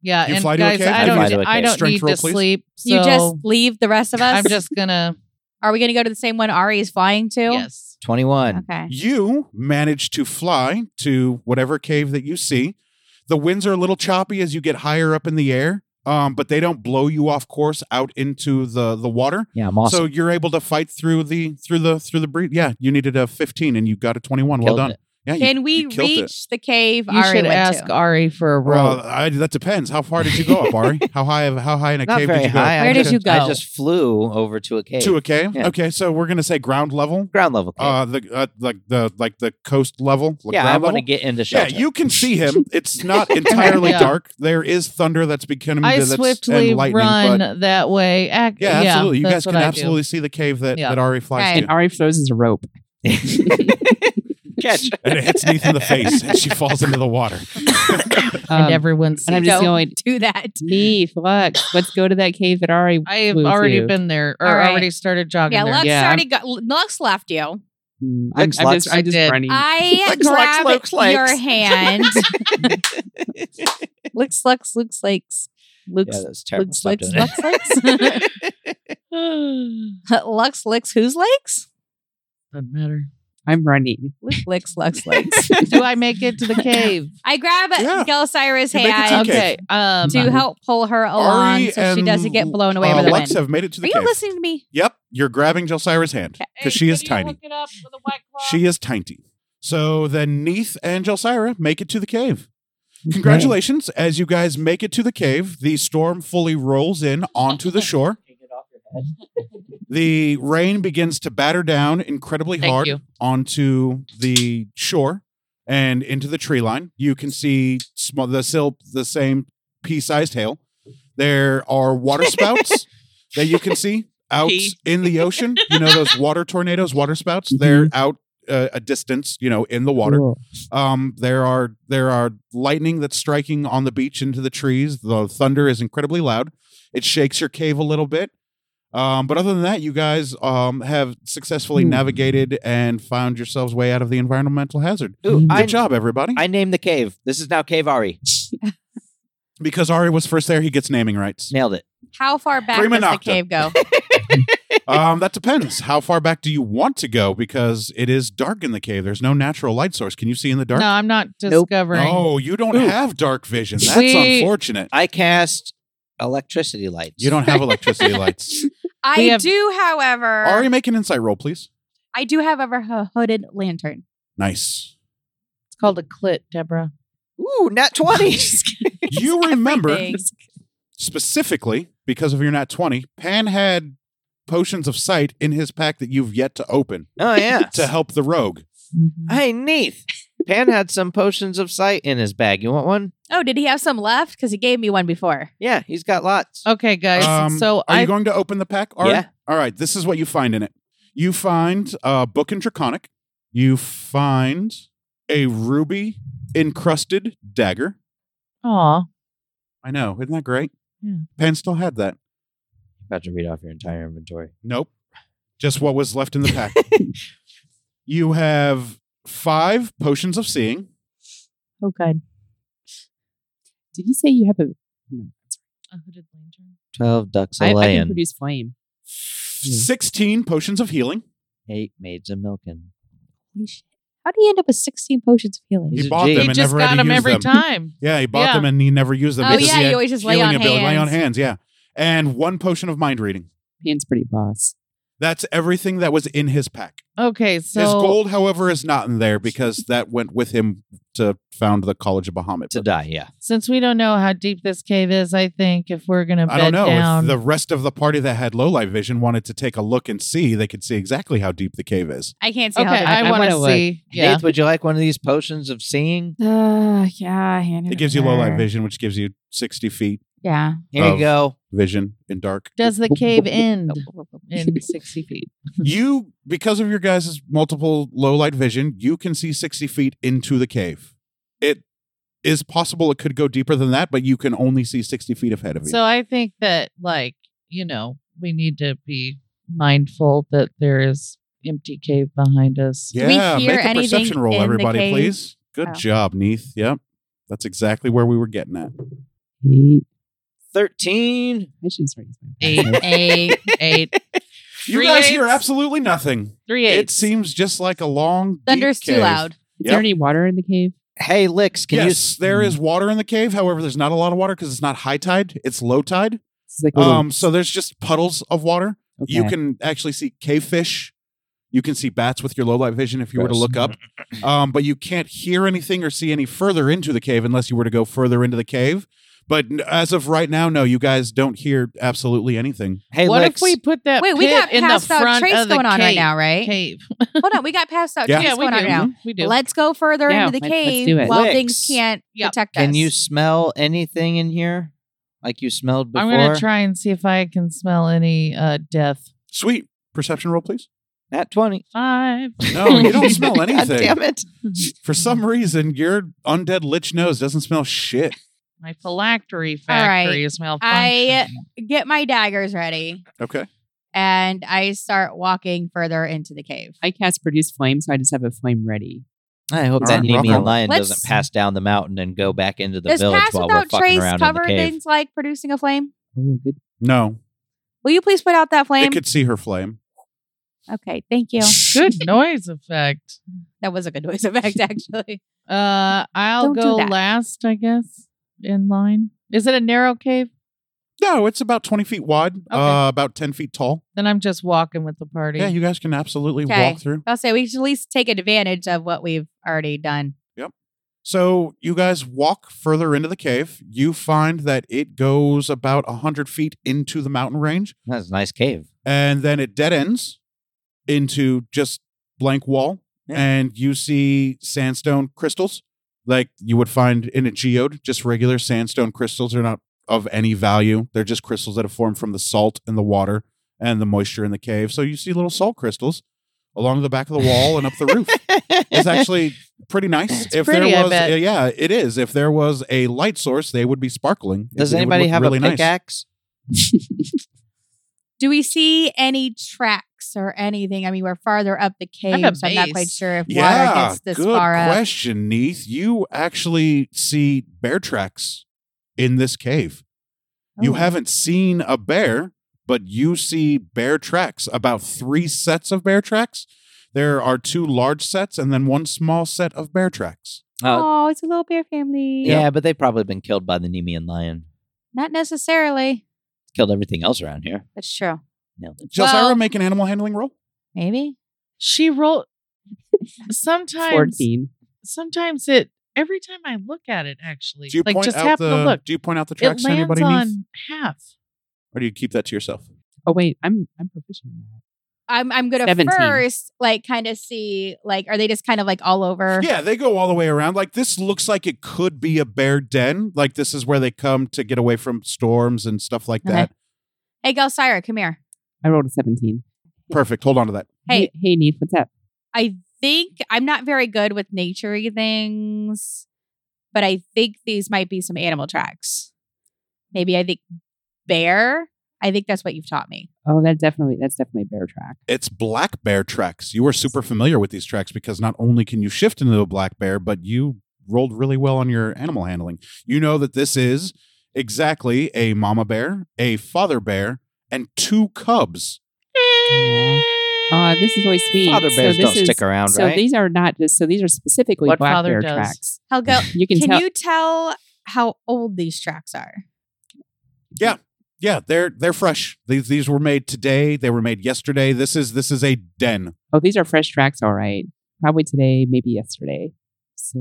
Yeah,
You
and
fly to a
guys,
cave?
I
I
don't,
fly to a
I
cave.
don't
Strength
need
roll,
to
please.
sleep.
You just
so
leave the rest of us.
I'm just gonna.
Are we going to go to the same one Ari is flying to?
Yes.
21.
Okay.
you manage to fly to whatever cave that you see the winds are a little choppy as you get higher up in the air um, but they don't blow you off course out into the the water
Yeah, I'm awesome.
so you're able to fight through the through the through the breeze yeah you needed a 15 and you got a 21 well
Killed
done
it.
yeah you-
Can we
you killed it.
reach the cave
you
Ari
should
went
ask
to?
Ari for a rope.
Well, I, that depends. How far did you go up, Ari? How high? of- How high in a
Not
cave
very
did you go?
high. I
Where did
just-
you go?
I just flew over to a cave.
To a cave.
Yeah.
Okay, so we're gonna say ground level.
ground level cave.
Uh, the uh, like the like the coast level. like
yeah, I
ground
want to
level.
get into
Yeah,
shelter.
you can see him. It's not entirely
Yeah.
dark. There is thunder that's becoming
I
that's,
swiftly
and lightning,
run
But
that way. Ac-
yeah, absolutely. You
that's
guys can
what I do.
absolutely see the cave that,
Yeah.
that Ari flies
Right.
and
to,
Ari throws his rope.
Catch.
and it hits Neith in the face, and she falls into the water.
and
Um,
everyone's.
and I'm just
Don't
going-
do that.
Neef, look, let's go to that cave that Ari.
I have
flew
already
to.
been there or
All right.
already started jogging
Yeah,
there.
Lux
Yeah.
already got. Lux left you.
Mm, I'm,
Looks
I'm
like
just, I'm
I
just
did.
running.
I
Lux, Lux,
grab
Lux, Lux.
your hand. Lux, Lux, Lux, Lux,
yeah,
Lux,
that's terrible.
Lux,
Stop
Lux,
doing it.
Lux, Lux, Lux, Lux, Whose legs?
Doesn't matter.
I'm running.
Lick, licks, lux, licks.
Do I make it to the cave?
I grab
Yeah.
Gelsira's
You make it to
hand
the
okay. Um,
to help pull her along
Ari
so she
and,
doesn't get blown away
uh,
by the
Lux
wind.
have made it to the
Are you
cave.
listening to me?
Yep, you're grabbing Jelsira's hand because she is tiny. She is tiny. So then Neith and Jelsira make it to the cave. Congratulations, as you guys make it to the cave, the storm fully rolls in onto the shore. The rain begins to batter down incredibly
Thank
hard
you.
onto the shore and into the tree line. You can see sm- the sil- the same pea-sized hail. There are water spouts that you can see out
Pea.
in the ocean. You know those water tornadoes, water spouts. They're out uh, a distance, you know, in the water.
Cool.
Um, there are there are lightning that's striking on the beach into the trees. The thunder is incredibly loud. It shakes your cave a little bit. Um, but other than that, you guys um, have successfully
Hmm.
navigated and found yourselves way out of the environmental hazard.
Ooh,
Good
I,
job, everybody.
I named the cave. This is now Cave Ari.
because Ari was first there, he gets naming rights.
Nailed it.
How far back
Prima
does the
nocta.
cave go?
um, that depends. How far back do you want to go? Because it is dark in the cave. There's no natural light source. Can you see in the dark?
No, I'm not
Nope.
discovering.
Oh, you don't have dark vision. That's
We-
unfortunate.
I cast electricity lights.
You don't have electricity lights.
I
We have-
do, however,
Ari, make an insight roll, please.
I do, however, have a hooded lantern.
Nice.
It's called a clit, Deborah.
Ooh, nat 20.
You remember
Everything.
specifically because of your nat 20, Pan had potions of sight in his pack that you've yet to open
oh, yeah.
to help the rogue.
Hey, Neith. Pan had some potions of sight in his bag. You want one?
Oh, did he have some left? Because he gave me one before.
Yeah, he's got lots.
Okay, guys.
Um,
so
Are
I
you going to open the pack? Ari?
Yeah.
All right. This is what you find in it. You find a book in Draconic. You find a ruby encrusted dagger.
Aw.
I know. Isn't that great?
Yeah.
Pan still had that.
About to read off your entire inventory.
Nope. Just what was left in the pack. you have five potions of seeing.
Hmm.
Oh, good.
Did you say you have a?
A hooded lantern.
12 ducks
I,
a
I can
laying,
produce flame.
16 potions of healing.
8 maids a milking.
Holy shit. How did he end up with 16 potions of healing?
He's
he
a
bought
G.
them
He
and
just
never had
got
to
him
use
every
them.
time.
Yeah, he bought
Yeah.
them and he never used them.
Oh,
because
yeah,
he had
you always just lay
healing
on
ability- Lay on
hands.
hands, yeah. And one potion of mind reading.
Pan's pretty boss.
That's everything that was in his pack.
Okay, so
his gold, however, is not in there because that went with him to found the College of Bahamut.
To die, yeah.
since we don't know how deep this cave is, I think if we're gonna
I
bed
don't know.
down,
If the rest of the party that had low light vision wanted to take a look and see, they could see exactly how deep the cave is.
I can't see
okay,
how
I,
that
I
want
wanna
to
look.
see. Yeah,
Neith, would you like one of these potions of seeing?
Uh, yeah, hand
It gives you low light vision, which gives you 60 feet
Yeah.
Here
Of-
you go.
vision in dark.
does the cave end in sixty feet?
you because of your guys' multiple low light vision you can see 60 feet into the cave it is possible it could go deeper than that but you can only see 60 feet ahead of you
So I think that, like, you know, we need to be mindful that there is empty cave behind us.
we
yeah
hear
make a
anything
perception roll
in the
everybody
cave?
please good
Oh.
job neith yep that's exactly where we were getting at
Eight.
13.
I should start using
Eight,
my
eight, eight,
you
Three
guys
eights?
hear absolutely nothing
three
it
eights.
seems just like a long deep
Thunder's too
cave.
loud.
Is
Yep.
there any water in the cave?
Hey, Licks, can you. Mhm.
yes there is water in the cave however there's not a lot of water because it's not high tide it's low tide
It's like a little-
um so there's just puddles of water
okay.
You can actually see cave fish. You can see bats with your low light vision if you were to
Gross.
look up. Um, but you can't hear anything or see any further into the cave unless you were to go further into the cave. But n- as of right now, no, you guys don't hear absolutely anything.
Hey,
what
Licks.
if we put that
Wait, we
pit
got
in the
passed out
front
trace
of the
going on right
cave-
now, right?
Cave.
Hold on, we got passed out
Yeah.
trace
Yeah, we
going on right
do.
now.
We do.
Let's go further
Yeah,
into the
let's- let's
cave
do it.
while
Licks.
things can't
Yep.
protect us.
Can you smell anything in here? Like you smelled before?
I'm gonna try and see if I can smell any uh, death.
Sweet. Perception roll, please.
Nat 20.
Five.
No, you don't smell
God damn
anything.
it.
For some reason, your undead lich nose doesn't smell shit.
My phylactery
All right.
factory is malfunctioning.
I get my daggers ready
Okay.
and I start walking further into the cave.
I cast produce flame, so I just have a flame ready.
I hope
All
that
right,
Nemean
Ruffalo.
lion
Let's-
doesn't pass down the mountain and go back into the
Does
village
pass
while we're
without
fucking
trace
around in the
cover
cave.
things like producing a flame?
Oh, good.
No,
Will you please put out that flame?
it could see her flame.
Okay, thank you.
Good noise effect.
That was a good noise effect, actually.
Uh, I'll
Don't do
go
that.
last, I guess. In line. Is it a narrow cave?
No, it's about 20 feet wide, uh,
Okay.
about 10 feet tall.
Then I'm just walking with the party.
Yeah, you guys can absolutely
Okay.
walk through.
I'll say we should at least take advantage of what we've already done.
So you guys walk further into the cave. You find that it goes about 100 feet into the mountain range,
That's a nice cave.
and then it dead ends into just blank wall.
Yeah.
And you see sandstone crystals like you would find in a geode. Just regular sandstone crystals are not of any value. They're just crystals that have formed from the salt and the water and the moisture in the cave. So you see little salt crystals along the back of the wall and up the roof. It's actually pretty nice.
It's pretty, I
there was,
bet.
uh, yeah, it is. If there was a light source, they would be sparkling.
Does
It would
anybody
look
have
really
a
nice.
pickaxe?
Do we see any tracks or anything? I mean, we're farther up the
have a
cave, so I'm not
base.
quite sure if
Yeah,
water gets this
good
far up.
question, Neith. You actually see bear tracks in this cave. You
Oh.
haven't seen a bear, but you see bear tracks. About three sets of bear tracks. There are two large sets and then one small set of bear tracks.
Oh,
Oh, it's a little bear family.
yeah. but they've probably been killed by the Nemean lion.
Not necessarily.
Killed everything else around here.
That's true.
Nailed it.
Jelsira,
Well-
make an animal handling roll.
Maybe.
She rolled. Sometimes,
14.
sometimes it. Every time I look at it, actually,
Do you
like
point
just
out
happen
the
to look,
Do you point out the
it
tracks to
lands
anybody, Neith?
on half.
Or do you keep that to yourself?
Oh, wait. I'm I'm proficient in that.
I'm I'm gonna
17.
first like kind of see like are they just kind of like all over?
Yeah, they go all the way around. Like this looks like it could be a bear den. Like this is where they come to get away from storms and stuff like
Okay.
that.
Hey Gelsira, come here.
I rolled a 17.
Perfect. Hold on to that.
Hey,
Hey, Neith, what's up?
I think I'm not very good with naturey things, but I think these might be some animal tracks. Maybe I think bear. I think that's what you've taught me.
Oh, that definitely that's definitely a bear track.
It's black bear tracks. You are super familiar with these tracks because not only can you shift into a black bear, but you rolled really well on your animal handling. You know that this is exactly a mama bear, a father bear, and two cubs.
Yeah. Uh, this is really sweet.
Father
So
bears
this
don't
is-
stick around,
So
right?
these are not just so these are specifically
What
black
father
bear
does.
tracks.
Helga,
You can,
can
tell
you tell how old these tracks are?
Yeah, they're they're fresh. These these were made today. They were made yesterday. This is this is a den.
Oh, these are fresh tracks, all right. Probably today, maybe yesterday. So,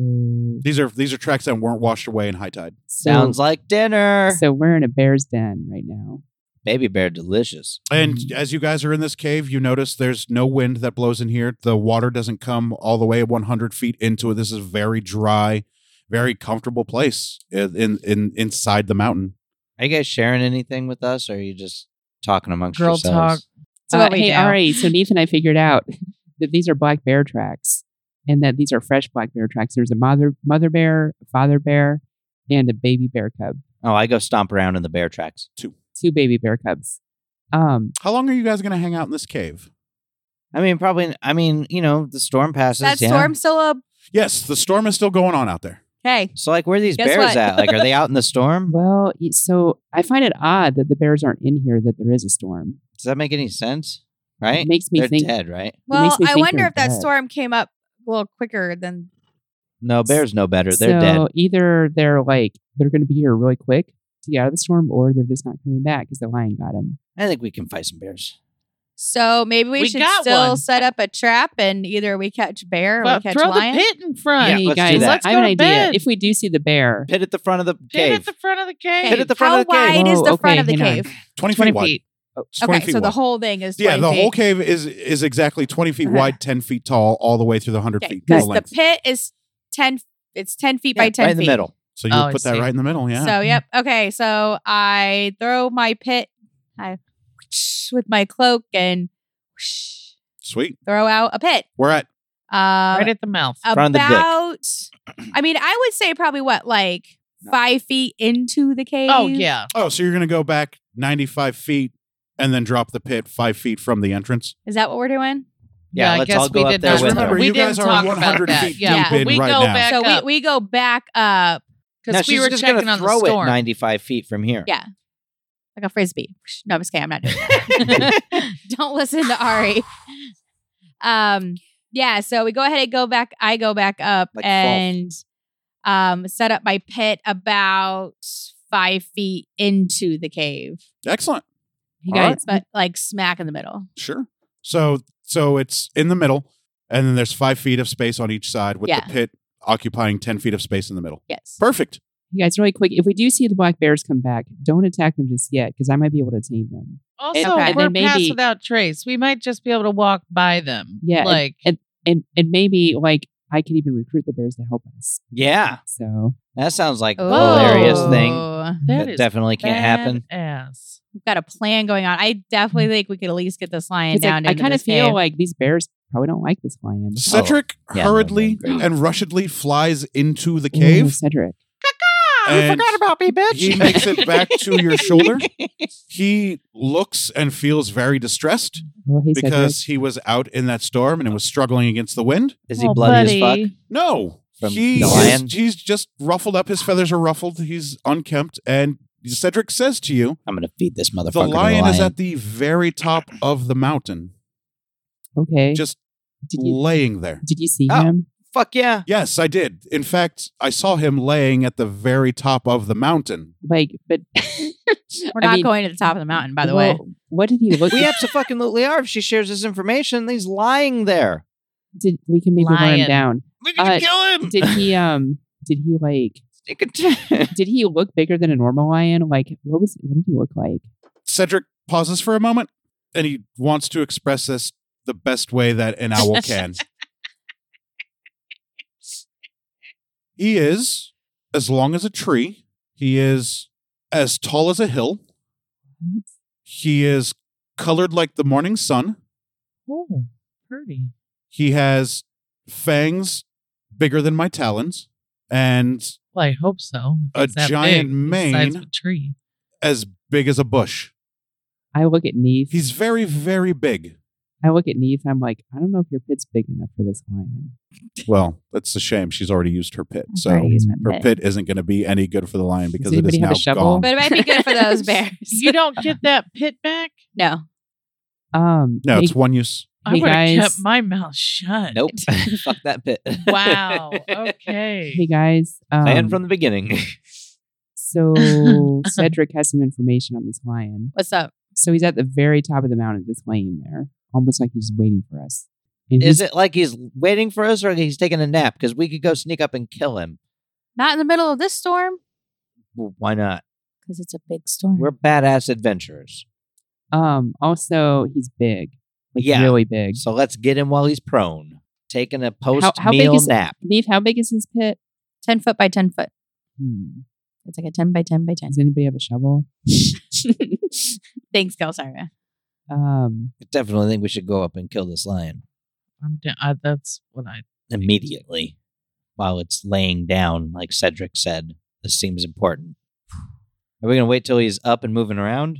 These are these are tracks that weren't washed away in high tide.
so
Sounds like dinner.
so we're in a bear's den right now.
Baby bear, delicious.
And
Mm-hmm.
Mm.
as you guys are in this cave, you notice there's no wind that blows in here. The water doesn't come all the way 100 feet into it. This is a very dry, very comfortable place in in, in inside the mountain.
Are you guys sharing anything with us, or are you just talking amongst
Girl
yourselves?
So what we
Uh, hey,
do.
all right. So Nathan and I figured out that these are black bear tracks, and that these are fresh black bear tracks. There's a mother mother bear, a father bear, and a baby bear cub.
Oh, I go stomp around in the bear tracks.
Two baby bear cubs. Um,
How long are you guys going to hang out in this cave?
I mean, probably. I mean, you know, the storm passes.
That
yeah.
storm still up?
Yes, the storm is still going on out there.
Hey,
So, like, where are these
Guess
bears
what?
at? Like, are they out in the storm?
well, y- so I find it odd that the bears aren't in here. That there is a storm.
Does that make any sense?
It
Right?
makes me
They're
think.
dead, right?
well,
makes me
I
think
wonder
they're
if that
dead.
storm came up a little quicker than
No, bears know better.
so
They're dead.
either they're like they're going to be here really quick to get out of the storm, or they're just not coming back because the lion got them.
I think we can fight some bears.
so maybe we,
We
should
got
still
one.
set up a trap and either we catch bear or
Well,
we catch
throw
lion.
the pit in front.
Yeah,
hey
let's do
guys,
that.
Let's
I have
go
an idea.
to bed.
If we do see the bear,
Pit at the front of the
Pit
cave.
at the front of the
Okay,
cave.
Pit at the front
How
of the cave.
wide is
Whoa,
the front
okay,
of the
hang on.
cave?
20, feet wide. It's 20
Okay,
feet
so the
wide.
whole thing is
Yeah,
20
the
feet.
whole cave is is exactly 20 feet
Okay.
wide, 10 feet tall, all the way through the 100
Okay,
feet.
because
full
the
length.
pit is ten. It's ten feet by
Yeah,
ten
right in
feet.
the middle. Mm-hmm.
So you
Oh,
would
I
put that
see.
right in the middle, yeah.
So yep. Okay, so I throw my pit. I with my cloak and
Sweet.
throw out a pit.
We're at
Um,
right at the mouth.
front of the dick.
about. I mean, I would say probably what like five feet into the cave.
Oh yeah.
Oh, so you're going to go back 95 feet and then drop the pit 5 feet from the entrance?
Is that what we're doing?
Yeah,
I
let's
guess
all go
we
up
did
there
not.
Just
with
talk-
her.
remember,
we
you
didn't
guys are
talk about
100
that.
feet
yeah.
deep in
we
right
go
now.
back
so
up.
we, we go back up
No,
because
she's
we were
just
checking
gonna
on the
throw it
storm.
95 feet from here.
yeah. like a frisbee. No, I'm just kidding. I'm not doing that. Don't listen to Ari. Um, yeah, so we go ahead and go back. I go back up
Like
and um, set up my pit about five feet into the cave.
Excellent.
He
All
got
right.
his
But like smack in the middle.
Sure. So so it's in the middle, and then there's five feet of space on each side with
Yeah.
the pit occupying ten feet of space in the middle.
Yes.
Perfect.
You guys, really quick, if we do see the black bears come back, don't attack them just yet because I might be able to tame them.
Also,
Okay.
we're
And then
past
maybe-
without trace. We might just be able to walk by them.
Yeah, and-
like
And and maybe like I could even recruit the bears to help us.
Yeah,
So
that sounds like a
Oh.
hilarious thing.
Oh,
that
that
is
definitely can't happen.
Ass.
We've got a plan going on. I definitely think we could at least get this lion
'cause, like,
down.
I
into
kind of
this
feel
cave.
like these bears probably don't like this lion.
Cedric
Oh, yeah,
hurriedly
that'd be great.
and rushedly flies into the
Ooh,
cave.
Oh, Cedric.
and
about me, bitch.
he makes it back to your shoulder. He looks and feels very distressed
Oh, hey, Cedric.
because he was out in that storm and it was struggling against the wind.
Is he
Oh,
bloody as fuck?
buddy.
No.
From
he
the
is-
lion?
he's just ruffled up. His feathers are ruffled. He's unkempt. And Cedric says to you,
I'm gonna feed this motherfucker.
the
to
lion, is at the very top of the mountain,
okay.
just
did you
laying there.
did you see
Oh.
him?
Fuck yeah!
Yes, I did. In fact, I saw him laying at the very top of the mountain.
Like, but
We're
I
not
mean,
going to the top of the mountain, by the
well,
way.
what did he look?
We absolutely are. If she shares this information, he's lying there.
did we can maybe run
Lion.
him down?
We
can Uh,
kill him.
Did he um? Did he like? Did he look bigger than a normal lion? Like, what was? What did he look like?
Cedric pauses for a moment and he wants to express this the best way that an owl can. he is as long as a tree, he is as tall as a hill, he is colored like the morning sun,
Oh, pretty.
he has fangs bigger than my talons, and
Well, I hope so.
A
It's that
giant
big, the size of
mane.
a tree.
as big as a bush.
I look at Neve.
He's very, very big.
I look at Neve. I'm like, I don't know if your pit's big enough for this lion.
Well, that's a shame. She's already used her pit, so
Alright, use my
her
pit.
pit isn't going to be any good for the lion because it
anybody
is
have a
now
shovel?
gone.
But it might be good for those bears.
You don't get that pit back.
no.
Um,
No,
hey-
it's one use.
I
Hey,
would have
guys.
kept my mouth shut.
nope. Fuck that pit.
Wow.
Oh.
Okay.
Hey guys, um,
Plan from the beginning.
so Cedric has some information on this lion.
What's up?
So he's at the very top of the mountain, just laying there, almost like he's waiting for us. And
is
he's-
it like he's waiting for us, or he's taking a nap? Because we could go sneak up and kill him.
Not in the middle of this storm
Well, why not?
because it's a big storm.
We're badass adventurers.
Um, also, he's big, like
Yeah.
really big.
So let's get him while he's prone, taking a post
how big
meal
is it?
nap.
Neve, how big is his pit?
10 foot by 10 foot.
Hmm.
It's like a 10 by 10 by 10.
Does anybody have a shovel?
Thanks, Gelsara.
Um,
I definitely think we should go up and kill this lion
I'm da- I, that's what I.
immediately while it's laying down, like Cedric said. This seems important. Are we going to wait till he's up and moving around?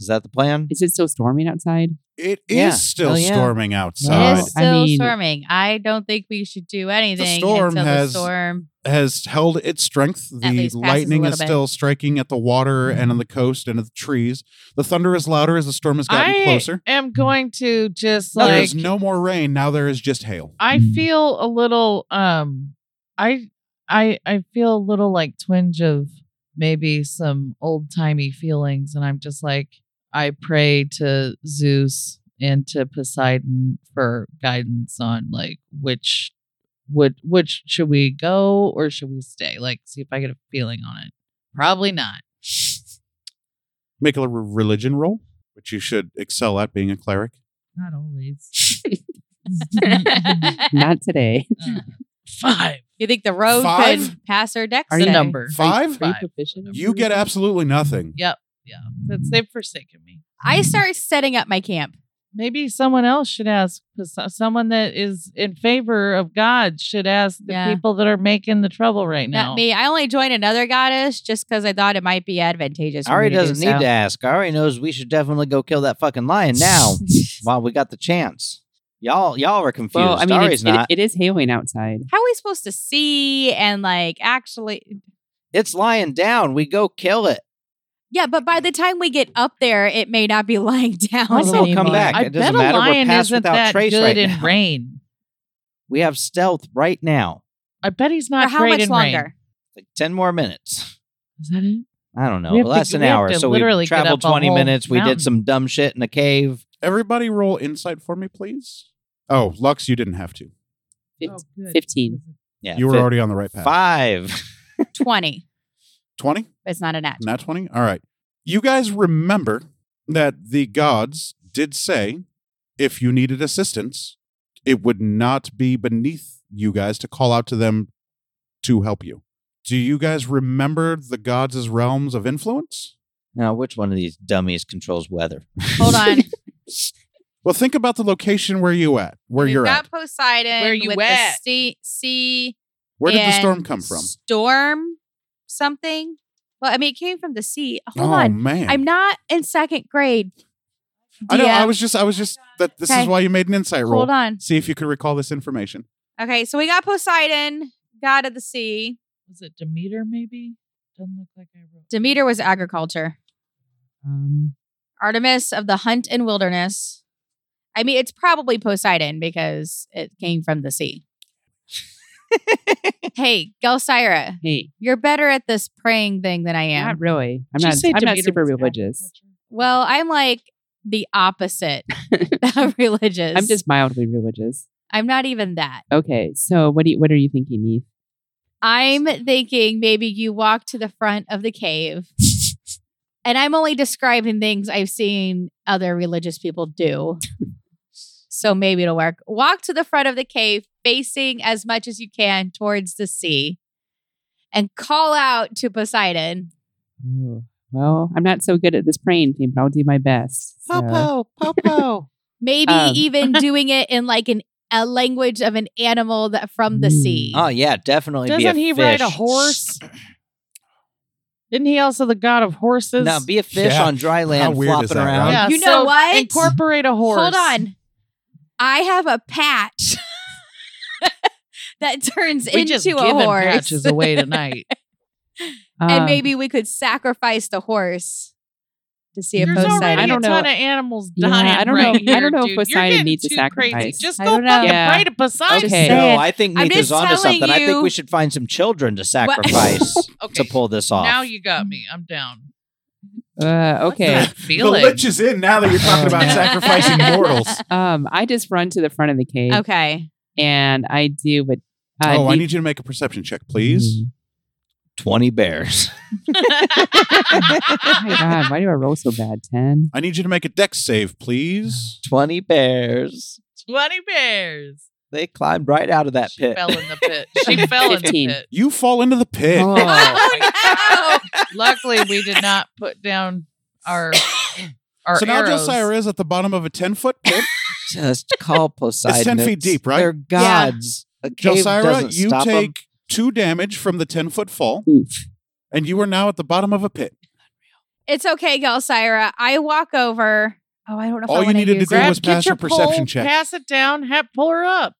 Is that the plan?
is it still storming outside?
It is
Yeah.
still
Hell yeah.
storming
Well,
outside.
It
I
is still
mean-
storming. I don't think we should do anything
storm
until
has-
the storm.
Has held its strength. The
least passes a
lightning
little
is
bit.
still striking at the water and on the coast and at the trees. The thunder is louder as the storm has gotten
I
closer.
am going to just
Now there
like
is no more rain. Now there is just hail.
I feel a little um I I I feel a little like twinge of maybe some old timey feelings and I'm just like I pray to Zeus and to Poseidon for guidance on like which would which should we go or should we stay? Like see if I get a feeling on it. Probably not.
Make a r- religion roll, which you should excel at being a cleric.
Not always.
Not today.
Uh, five.
you think the road
Five?
could pass her deck?
Are
The
you-
number.
Five?
Are you
Five.
proficient?
You get absolutely nothing.
Yep. Yeah. That's they've forsaken me.
I start setting up my camp.
maybe someone else should ask so- someone that is in favor of god should ask the
Yeah.
people that are making the trouble right now
Not me. I only joined another goddess just because I thought it might be advantageous. for me
Ari
to do
doesn't need
so.
to ask. Ari knows we should definitely go kill that fucking lion now while we got the chance. Y'all, y'all are confused.
Well, I mean,
Ari's
it's, it-
not.
it is hailing outside.
How are we supposed to see and like actually?
it's lying down. We go kill it.
Yeah, but by the time we get up there, it may not be lying down.
Also,
It'll
anymore.
come back.
I
It doesn't
bet a
matter. We're
lion
past
isn't
without
that
trace
good
right
in
now.
rain.
We have stealth right now.
I bet he's
For
not
how
great
much
in
longer?
rain.
Like ten more minutes.
Is that it?
I don't know.
We have
Less
to-
than
we
an
have
hour.
to
So
literally
we
get up
traveled
a
twenty
whole
minutes. We
mountain.
did some dumb shit in a cave.
Everybody roll insight for me, please. Oh, Lux, you didn't have to.
Fif-
Oh, good.
15.
Yeah,
You were
fi-
already on the right path.
five.
20.
20?
but It's not an act.
Not 20? All right. You guys remember that the gods did say if you needed assistance, it would not be beneath you guys to call out to them to help you. Do you guys remember the gods' realms of influence?
Now, which one of these dummies controls weather?
Hold on.
Well, think about the location where you at, where
We've
you're
got
at.
Poseidon.
Where you
with the
at?
sea, sea
Where did the storm
and
come from?
Storm something. Well, I mean, it came from the sea. Hold
oh
on.
man.
I'm not in second grade.
I know.
DM.
I was just I was just that this is
Okay.
why you made an insight roll.
Hold on.
See if you could recall this information.
Okay, so we got Poseidon, god of the sea.
Was it Demeter? Maybe doesn't look like I wrote.
Demeter was agriculture.
Um,
Artemis of the hunt and wilderness. I mean, it's probably Poseidon because it came from the sea. hey, Gelsira,
hey,
you're better at this praying thing than I am.
not really. I'm
Did you
not,
say
I'm not
Demeter
super
was
religious.
agriculture?
Well, I'm like the opposite of religious.
I'm just mildly religious.
I'm not even that.
Okay, so what do you, what are you thinking, Neith?
I'm thinking maybe you walk to the front of the cave. and I'm only describing things I've seen other religious people do. so maybe it'll work. Walk to the front of the cave, facing as much as you can towards the sea, and call out to Poseidon.
Oh, well, I'm not so good at this praying thing, but I'll do my best. So-
Popo, Popo.
Maybe
Um.
even doing it in like an a language of an animal that from the
Mm.
sea.
Oh yeah, definitely. be a
Doesn't he ride a
fish.
horse? Isn't he also the god of horses?
No, be a fish
Yeah.
on dry land
weird is
flopping
that,
around.
right?
yeah,
You know
so
what?
Incorporate a horse.
Hold on. I have a patch that turns
We
into
just
a
giving
horse.
patches away tonight.
and
Um,
maybe we could sacrifice the horse to see if
There's
Poseidon.
already
I don't
a
know.
ton of animals
Yeah,
dying.
I don't
right
know- I don't
here,
know if
dude. You're
Poseidon
getting
needs to
too
sacrifice.
Crazy. Just
I
go
don't know.
fucking
Yeah.
pray to Poseidon.
Okay.
No,
saying.
I think
I'm
Neith is
just
onto
telling
something. I think
you-
we should find some children to sacrifice to pull this off.
Now you got me. I'm down.
Uh, okay.
What's that feeling?
is in now that you're
talking about
sacrificing mortals.
Um, I just run to the front of the cave
Okay.
and I Mm. do what. Uh,
oh, I
Neith-
need you to make a perception check, please.
Twenty bears.
Oh my God, why do I roll so bad? Ten.
I need you to make a dex save, please.
Twenty bears.
Twenty bears.
They climbed right out of that
she
pit.
fell in the pit. She fell in the
15.
pit.
You fall into the pit.
Oh,
Oh,
Luckily, we did not put down our our
so now
arrows.
Josira is at the bottom of a 10 foot pit.
Just call Poseidon.
10 feet deep, right?
They're gods. A cave
Josira,
doesn't
you
stop 'em.
take two damage from the 10 foot fall,
Oof.
and you are now at the bottom of a pit.
it's okay, Gelsira. I walk over. Oh, I don't know if
All
I
you
wanna
needed to
use
do
it.
Grab,
was
get
pass
your
your perception
pole,
check.
Pass it down. Have, pull her up.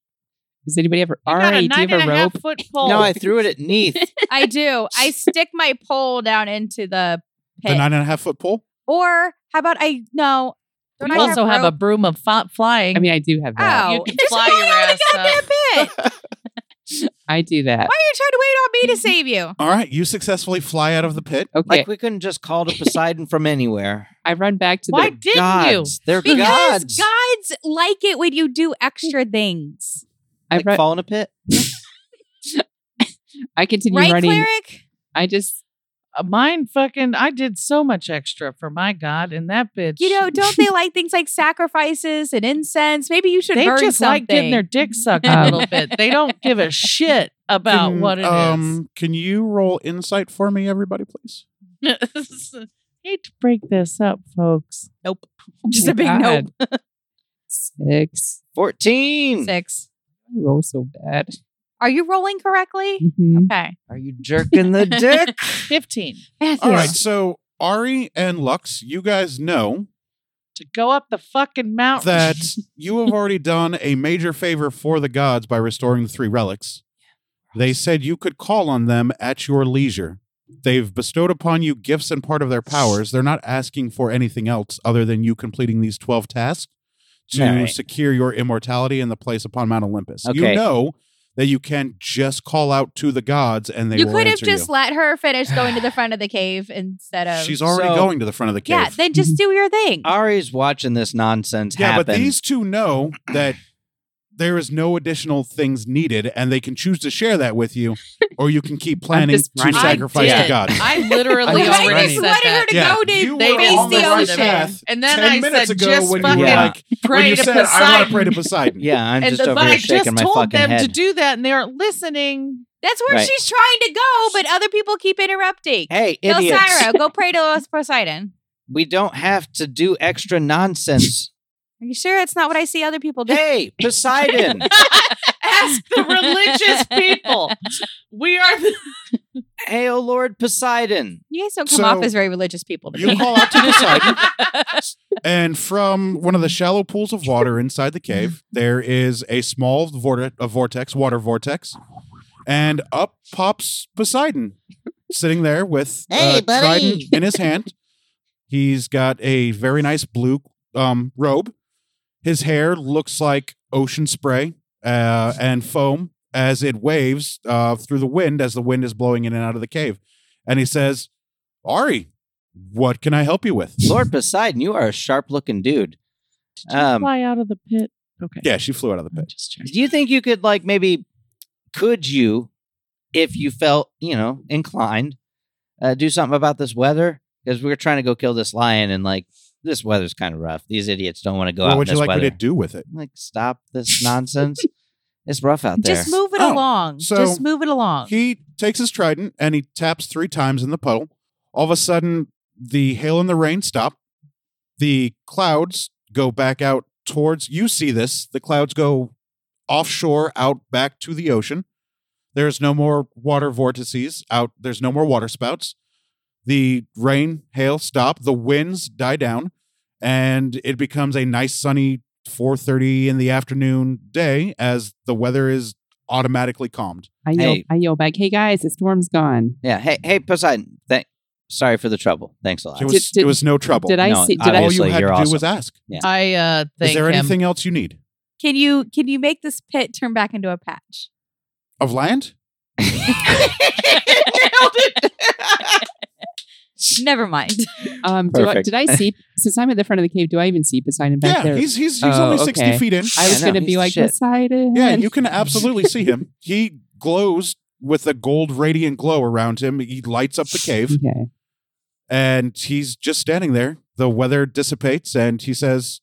Does anybody ever?
You got
Ari,
a
do you
nine
have a
and a half
rope?
foot pole.
No, I threw it at Neith.
I do. I stick my pole down into the
The
pit.
nine and a half foot pole.
or how about I no. Don't
You
I
also have, a
rope?
broom of fa- flying.
I mean, I do have that.
Oh,
You can
there's
fly
no way
your
out of
ass
the goddamn pit.
I do that.
Why are you trying to wait on me to save you?
All right, you successfully fly out of the pit.
Okay,
Like we couldn't just call to Poseidon from anywhere.
I run back to
Why
the.
didn't
gods. They're
Because
gods.
gods. like it when you do extra things.
I
Like
run,
fall in a pit.
I continue
right,
running.
Cleric?
I just.
you? Uh, Mine fucking. I did so much extra for my god, and that bitch.
You know, don't they like things like sacrifices and incense? Maybe you should
they
burn
just
something.
like getting their dick sucked
Um,
a little bit. They don't give a shit about
Can,
what it is.
Um, Can you roll insight for me, everybody, please?
Hate to break this up, folks. Nope.
Just a big
oh God. Six.
Fourteen.
six.
I roll so bad.
Are you rolling correctly?
Mm-hmm.
Mhm.
Okay.
Are you jerking the dick?
15.
All
Matthew.
right, so Ari and Lux, you guys know
To go up the fucking
Oh.
mountain.
that you have already done a major favor for the gods by restoring the three relics. They said you could call on them at your leisure. They've bestowed upon you gifts and part of their powers. They're not asking for anything else other than you completing these 12 tasks to
Alright.
secure your immortality and the place upon Mount Olympus. You
Okay.
know that you can just call out to the gods and they
you
will
could have
answer
just let her finish going to the front of the cave instead
you.
of.
She's already
So-
going to the front of the cave.
yeah, then just
Mm-hmm.
do your thing.
Ari's watching this nonsense
Yeah,
happen.
but these two know that there is no additional things needed, and they can choose to share that with you, or you can keep planning
just
to
running.
sacrifice
I
to
did.
God.
I literally
Like,
I
I
already
just
said
wanted
that.
her to
Yeah.
go to
You
They
were
face
on
the
right
ocean.
path
And then
Ten
I
minutes
said,
ago,
just
when
fucking
you were
Yeah.
like,
pray
when you
to
said, "I want to
Poseidon.
pray to Poseidon,"
yeah, I'm
and
just
the,
over
but
here
I
shaking
just
my
told
fucking
them
head.
to do that, and they aren't listening.
That's where
Right.
she's trying to go, but other people keep interrupting.
hey,
Go,
idiots!
Syra, go pray to Poseidon.
We don't have to do extra nonsense.
Are you sure it's not what I see other people do?
hey, Poseidon!
Ask the religious people. We are the
hey, oh Lord Poseidon!
You guys don't come
So,
off as very religious people to
you
me.
call out to Poseidon, and from one of the shallow pools of water inside the cave, there is a small vorte- a vortex, water vortex, and up pops Poseidon, sitting there with
Hey,
a
buddy.
trident in his hand. He's got a very nice blue um, robe. His hair looks like ocean spray uh, and foam as it waves uh, through the wind as the wind is blowing in and out of the cave. And he says, Ari, what can I help you with?
Lord Poseidon, you are a sharp-looking dude. Um,
fly out of the pit. Okay.
Yeah, she flew out of the
I'm
pit.
just checking.
do you think you could like maybe could you if you felt you know inclined uh, do something about this weather because we are trying to go kill this lion and like this weather's kind of rough these idiots don't want to go out
what
in
would you
this
like me
weather
to do with it?
like stop this nonsense it's rough out there
Just move it
Oh,
along.
so
Just move it along.
He takes his trident and he taps three times in the puddle. All of a sudden, the hail and the rain stop. The clouds go back out towards you see this. The clouds go offshore out back to the ocean. There's no more water vortices out. There's no more water spouts. The rain, hail stop. The winds die down, and it becomes a nice sunny 4:30 in the afternoon day as the weather is automatically calmed.
I yell,
Hey.
I yell back, hey guys, the storm's gone.
yeah hey hey poseidon thank sorry for the trouble thanks a lot
It was,
Did- did-
it was no trouble.
Did I
No,
see? Did
All
I?
you
Obviously,
had to do
you're
was
awesome.
ask.
I uh,
Is
thank
there
him.
anything else you need
Can you can you make this pit turn back into a patch?
of land?
Never mind.
Um, do I,
Perfect.
did I see? Since I'm at the front of the cave, do I even see Poseidon back
yeah,
there?
he's he's he's
Oh,
only sixty
okay.
feet in.
I was
I know,
going to
he's
be
the
like
shit.
Poseidon.
yeah, you can absolutely see him. He glows with a gold radiant glow around him. He lights up the cave,
Okay.
and he's just standing there. The weather dissipates, and he says,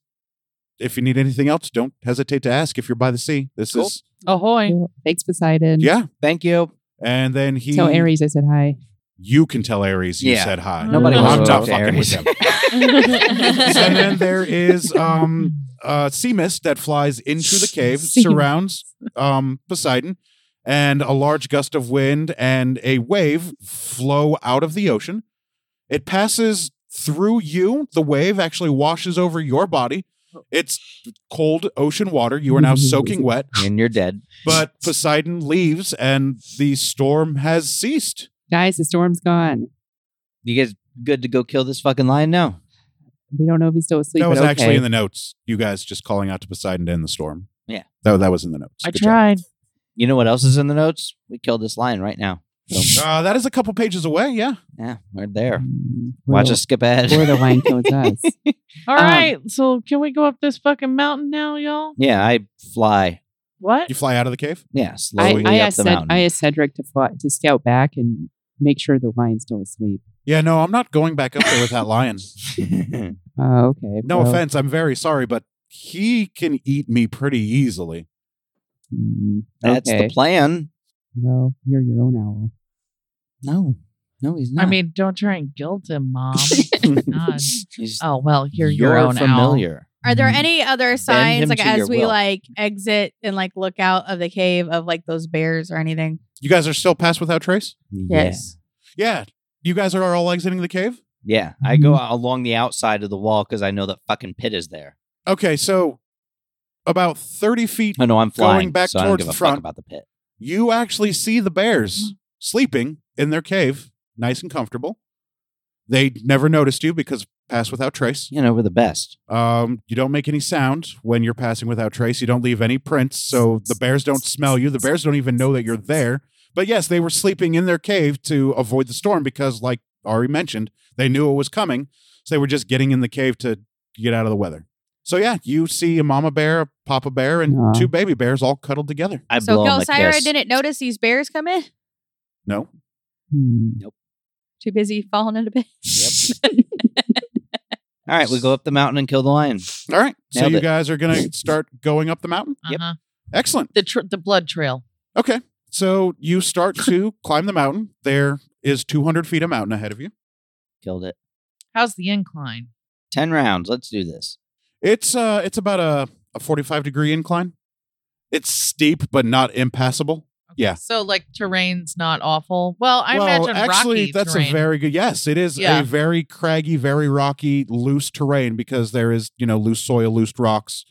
"If you need anything else, don't hesitate to ask. If you're by the sea, this
Cool.
is
Ahoy.
Well, Thanks, Poseidon.
yeah."
thank you
And then he,
Tell Aries I said hi.
you can tell Aries you
Yeah.
said hi.
Nobody
I'm
wants to
not
talk to
fucking with
Ares.
him. and then there is um uh sea mist that flies into the cave
Sea
surrounds um poseidon and a large gust of wind and a wave flow out of the ocean it passes through you the wave actually washes over your body it's cold ocean water you are now soaking wet
and you're dead
but poseidon leaves and the storm has ceased
Guys, the storm's gone.
you guys good to go kill this fucking lion now
We don't know if he's still asleep.
that was
but okay.
actually in the notes you guys just calling out to poseidon to end the storm
Yeah.
that, that was in the notes
I
Good job.
tried.
you know what else is in the notes we killed this lion right now So,
Uh, that is a couple pages away. Yeah.
yeah we're there
Mm, we're
Watch
the-
us skip ahead.
Or the wine kills us.
All
Um,
right. So can we go up this fucking mountain now, y'all?
yeah, I fly.
What?
You fly out of the cave.
Yeah,
I,
slowly
I,
up
asked
the
Ced-
mountain.
I asked Cedric to fly, to scout back and make sure the wine's still asleep.
Yeah. No, I'm not going back up there with that lion.
Oh, okay.
No
well,
offense. I'm very sorry, but he can eat me pretty easily.
mm,
That's
okay.
the plan.
Well, you're your own owl.
No, no, he's not.
I mean, don't try and guilt him, mom. God.
he's,
Oh well, you're, your own owl.
familiar.
Are there any other signs
Hmm. him
like
to
as
your
we
will.
like exit and like look out of the cave of like those bears or anything?
You guys are still passed without trace.
Yes.
Yeah. You guys are all exiting the cave.
Yeah, yeah. I go
Mm-hmm.
out along the outside of the wall because I know that fucking pit is there.
Okay. So about 30 feet,
Oh no, I'm flying.
back
so I don't
towards
give
the
a
front.
fuck about the pit.
you actually see the bears sleeping in their cave nice and comfortable. They never noticed you because pass without trace.
You know, we're the best.
Um, you don't make any sound when you're passing without trace. You don't leave any prints, so the bears don't smell you. The bears don't even know that you're there. But yes, they were sleeping in their cave to avoid the storm because, like Ari mentioned, they knew it was coming. So they were just getting in the cave to get out of the weather. So yeah, you see a mama bear, a papa bear, and
Aw.
two baby bears all cuddled together.
I
so
blow him a
Gelsira
kiss.
didn't notice these bears come in.
No,
Hmm.
Too busy falling into bed.
All right, we go up the mountain and kill the lion.
all right. So
Nailed
you
it.
guys are gonna start going up the mountain.
Uh-huh.
Yep.
Excellent.
The tr- the blood trail.
Okay. So you start to climb the mountain. There is 200 feet of mountain ahead of you.
Killed it.
How's the incline?
Ten rounds. Let's do this.
It's uh it's about a, a 45 degree incline. It's steep but not impassable. Yeah.
So like terrain's not awful. Well, I
well,
imagine
actually
rocky
that's
terrain.
a very good. Yes, it is
Yeah.
a very craggy, very rocky, loose terrain because there is, you know, loose soil, loose rocks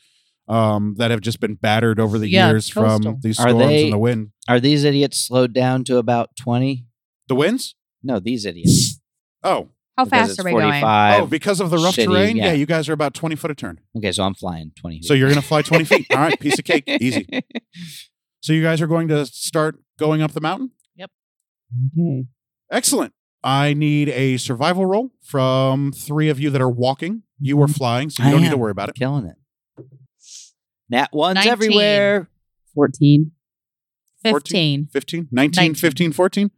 um that have just been battered over the
Yeah,
years
it's coastal.
from these
Are
storms
they-
and the wind.
Are these idiots slowed down to about twenty?
The winds?
No, these idiots.
Oh.
How
Because
fast
it's
are we going?
45.
oh, because of the rough
shitty,
terrain?
yeah.
yeah, you guys are about 20 foot a turn.
okay, so I'm flying twenty.
So you're going to fly 20 feet. All right, piece of cake. Easy. So you guys are going to start going up the mountain?
Okay.
Excellent. I need a survival roll from three of you that are walking. You were flying, so you
Mm-hmm. I
don't need
am.
to worry about it.
Killing it. Nat ones
19.
everywhere.
14.
15.
15, 19,
19.
15, 14.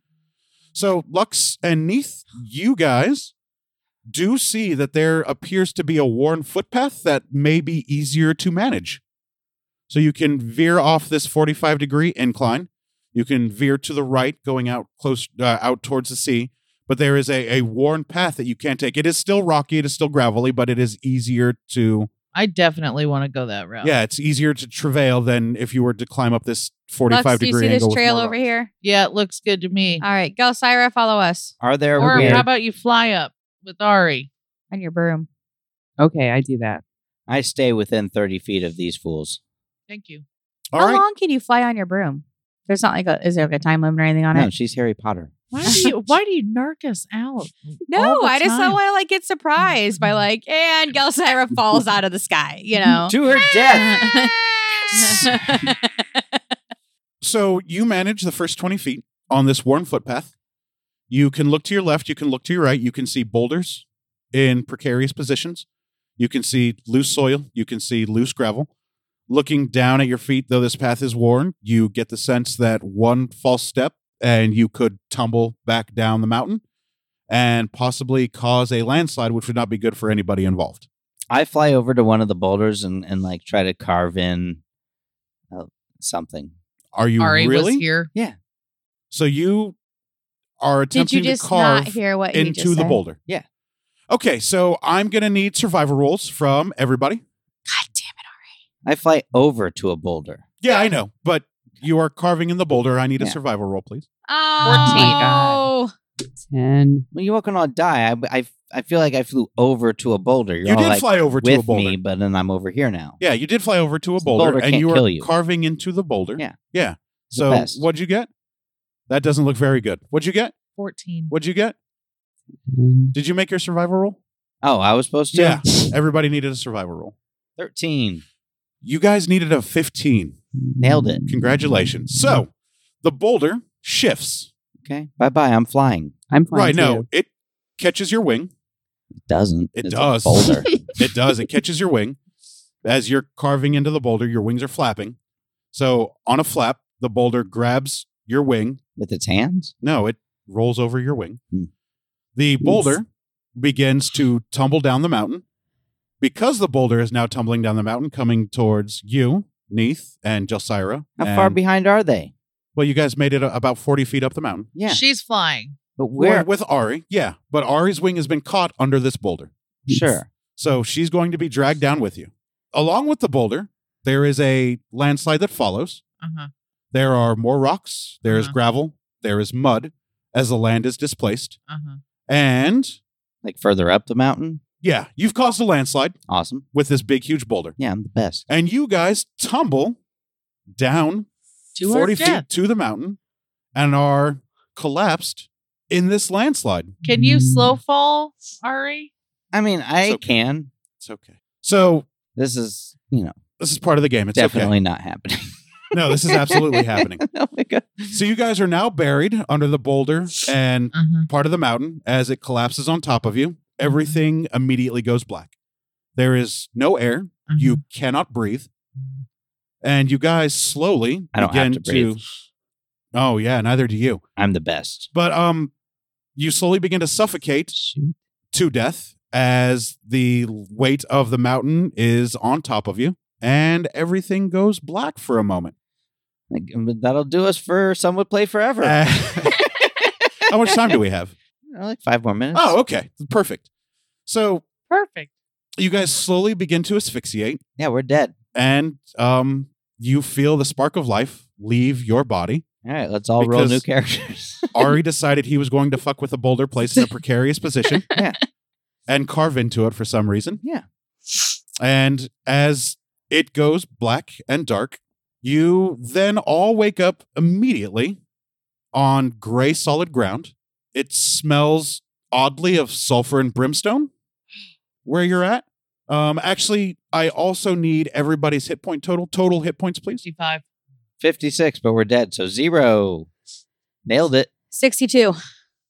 So Lux and Neath, you guys do see that there appears to be a worn footpath that may be easier to manage. So you can veer off this 45 degree incline. You can veer to the right, going out close uh, out towards the sea. But there is a, a worn path that you can't take. It is still rocky, it is still gravelly, but it is easier to
I definitely want to go that route.
yeah, it's easier to travail than if you were to climb up this 45
Lux, do
degree
you see this
angle with
trail
more
over
rocks.
here?
Yeah, it looks good to me.
All right, go, Syra, follow us
Are there
Or
weird?
how about you fly up with Ari?
on your broom.
Okay, I do that.
I stay within thirty feet of these fools.
Thank you.
All
How
right.
long can you fly on your broom? There's not like a, is there like a time limit or anything on
No,
it?
she's Harry Potter.
Why do you why do you narc us out? all
No,
the
I just
time?
don't want to like get surprised by like, and Gelsira falls out of the sky, you know?
To her death.
So you manage the first 20 feet on this worn footpath. You can look to your left, you can look to your right, you can see boulders in precarious positions. You can see loose soil, you can see loose gravel. Looking down at your feet, though this path is worn, you get the sense that one false step and you could tumble back down the mountain and possibly cause a landslide, which would not be good for anybody involved.
I fly over to one of the boulders and, and like try to carve in uh, something.
Are you
Ari was
really?
here.
So you are
Did you
attempting
just
to carve
not hear what you just
into the
said?
boulder.
Yeah.
Okay, so I'm gonna need survival rolls from everybody.
God damn it.
I fly over to a boulder.
Yeah, I know, but you are carving in the boulder. I need a
Yeah.
survival roll, please.
Oh,
10.
When you walk on a die, I, I, I feel like I flew over to a boulder. You're
you
all
did
like
fly over to
with
a boulder.
me, but then I'm over here now.
Yeah, you did fly over to a
The
boulder,
boulder
and
can't
you were
kill you.
carving into the boulder.
Yeah.
Yeah.
The
So
best.
what'd you get? That doesn't look very good. What'd you get?
14.
What'd you get?
And
Did you make your survival roll?
Oh, I was supposed to.
Yeah. Everybody needed a survival roll.
thirteen.
You guys needed a 15.
Nailed it.
Congratulations. So the boulder shifts.
Okay, bye bye. I'm flying.
I'm fine.
Right, no,
too.
it catches your wing.
It doesn't.
It
It's a
does.
boulder.
It does. It catches your wing. As you're carving into the boulder, your wings are flapping. So on a flap, the boulder grabs your wing.
with its hands.
No, it rolls over your wing.
Hmm.
The boulder begins to tumble down the mountain. Because the boulder is now tumbling down the mountain, coming towards you, Neath, and Jelsira.
How far
and-
behind are they?
Well, you guys made it a- about 40 feet up the mountain.
Yeah,
She's flying.
but where?
With Ari, yeah. But Ari's wing has been caught under this boulder.
Sure.
So she's going to be dragged down with you. Along with the boulder, there is a landslide that follows.
Uh-huh.
There are more rocks, there is
Uh-huh.
gravel, there is mud as the land is displaced.
Uh-huh.
And
Like further up the mountain.
yeah, you've caused a landslide
Awesome.
with this big, huge boulder.
Yeah, I'm the best.
And you guys tumble down
To
40
her death.
feet to the mountain and are collapsed in this landslide.
Can you
Mm.
slow fall, Ari?
I mean, I
It's okay.
can.
It's okay. So
This is, you know,
this is part of the game. It's
definitely not happening.
okay. No, this is absolutely happening.
oh my god.
So you guys are now buried under the boulder and
Uh-huh.
part of the mountain as it collapses on top of you. Everything immediately goes black. There is no air. You cannot breathe. And you guys slowly
I don't have
begin
to breathe.
Oh yeah, neither do you.
I'm the best.
But um you slowly begin to suffocate
Shoot.
to death as the weight of the mountain is on top of you and everything goes black for a moment.
Like, um, but that'll do us for some would play forever.
Uh, How much time do we have?
like five more minutes.
Oh, okay. Perfect. So
Perfect.
you guys slowly begin to asphyxiate
yeah, we're dead.
and um, you feel the spark of life leave your body.
All right, let's all roll
Because-
new characters.
Ari decided he was going to fuck with a boulder placed in a precarious position
Yeah.
and carve into it for some reason.
Yeah.
And as it goes black and dark, you then all wake up immediately on gray solid ground. It smells oddly of sulfur and brimstone where you're at. Um, actually, I also need everybody's hit point total. Total hit points, please.
55.
56, but we're dead. So zero. Nailed it.
62.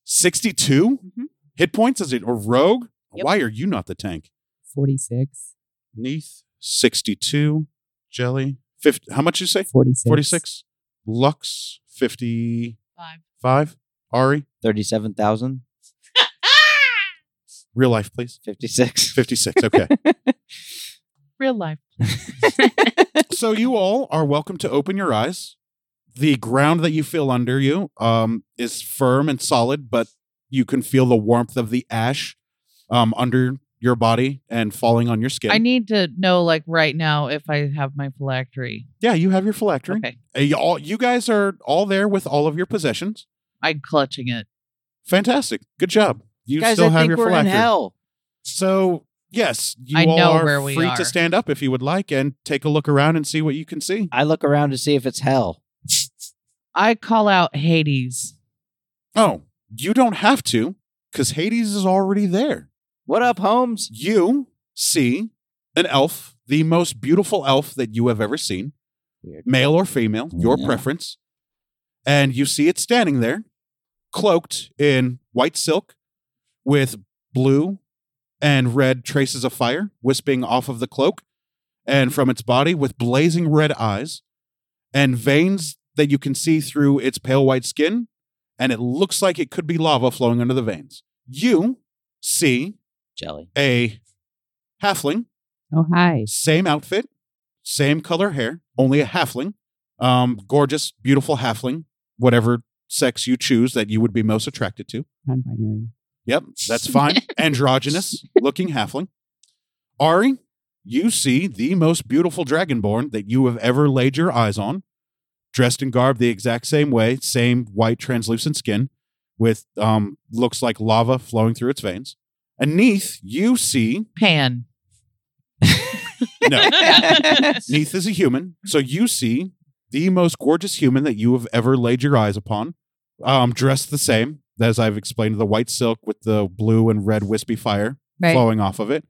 62
Mhm.
hit points. Is it a rogue?
Yep.
Why are you not the tank?
46.
Neath, 62. Jelly, 50. How much you say?
46.
46. Lux, 55.
Five.
Ari,
37,000.
real life, please.
56.
56. Okay.
Real life.
so you all are welcome to open your eyes. The ground that you feel under you um, is firm and solid, but you can feel the warmth of the ash um, under your body and falling on your skin.
I need to know, like, right now if I have my phylactery.
yeah, you have your phylactery.
Okay.
Uh, You, all, you guys are all there with all of your possessions.
I'm clutching it.
Fantastic. Good job. You
Guys,
still
I
have
think
your
we're in
phylactery.
hell.
So yes, you
I
all
know
are
where we
free
are.
to stand up if you would like and take a look around and see what you can see.
I look around to see if it's hell.
I call out Hades.
Oh, you don't have to, because Hades is already there.
What up, Holmes?
You see an elf, the most beautiful elf that you have ever seen,
Weird.
male or female, your
Yeah.
preference, and you see it standing there, cloaked in white silk, with blue and red traces of fire wisping off of the cloak and from its body with blazing red eyes and veins that you can see through its pale white skin and it looks like it could be lava flowing under the veins you see
Jelly.
a halfling,
Oh, hi.
same outfit, same color hair, only a halfling, um, gorgeous, beautiful halfling, whatever sex you choose that you would be most attracted to.
Non binary.
Yep, that's fine. Androgynous looking halfling. Ari, you see the most beautiful dragonborn that you have ever laid your eyes on, dressed and garbed the exact same way, same white translucent skin with um looks like lava flowing through its veins. And Neath, you see
Pan.
no. Neith is a human, so you see the most gorgeous human that you have ever laid your eyes upon, um, dressed the same as I've explained, the white silk with the blue and red wispy fire
Right.
flowing off of it,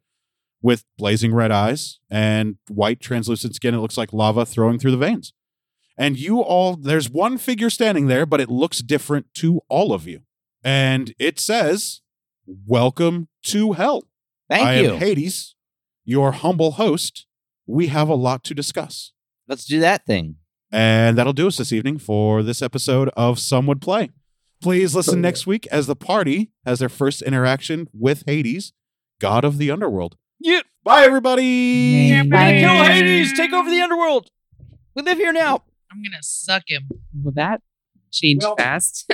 with blazing red eyes and white translucent skin. It looks like lava throwing through the veins. And you all, there's one figure standing there, but it looks different to all of you. And it says, Welcome to hell.
Thank
I
you.
am Hades, your humble host. We have a lot to discuss.
Let's do that thing.
And that'll do us this evening for this episode of Some Would Play. Please listen next week as the party has their first interaction with Hades, god of the underworld.
Yeah.
Bye, everybody.
Yay. Bye.
Kill Hades. Take over the underworld. We live here now.
I'm going to suck him.
Well, that changed
Well-
fast.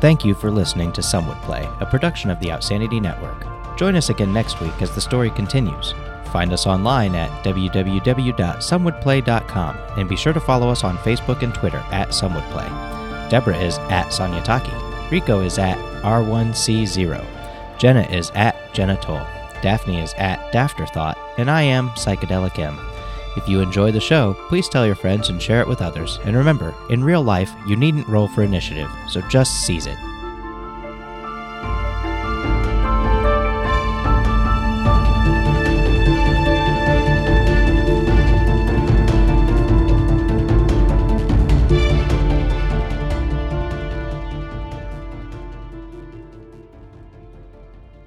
Thank you for listening to Some Would Play, a production of the Outsanity Network. Join us again next week as the story continues. Find us online at www.somewouldplay.com and be sure to follow us on Facebook and Twitter at Some Would Play. Deborah is at Sonya Taki. Rico is at R1C0. Jenna is at Genitol. Daphne is at Dafterthought. And I am Psychedelic M. If you enjoy the show, please tell your friends and share it with others. And remember, in real life, you needn't roll for initiative, so just seize it.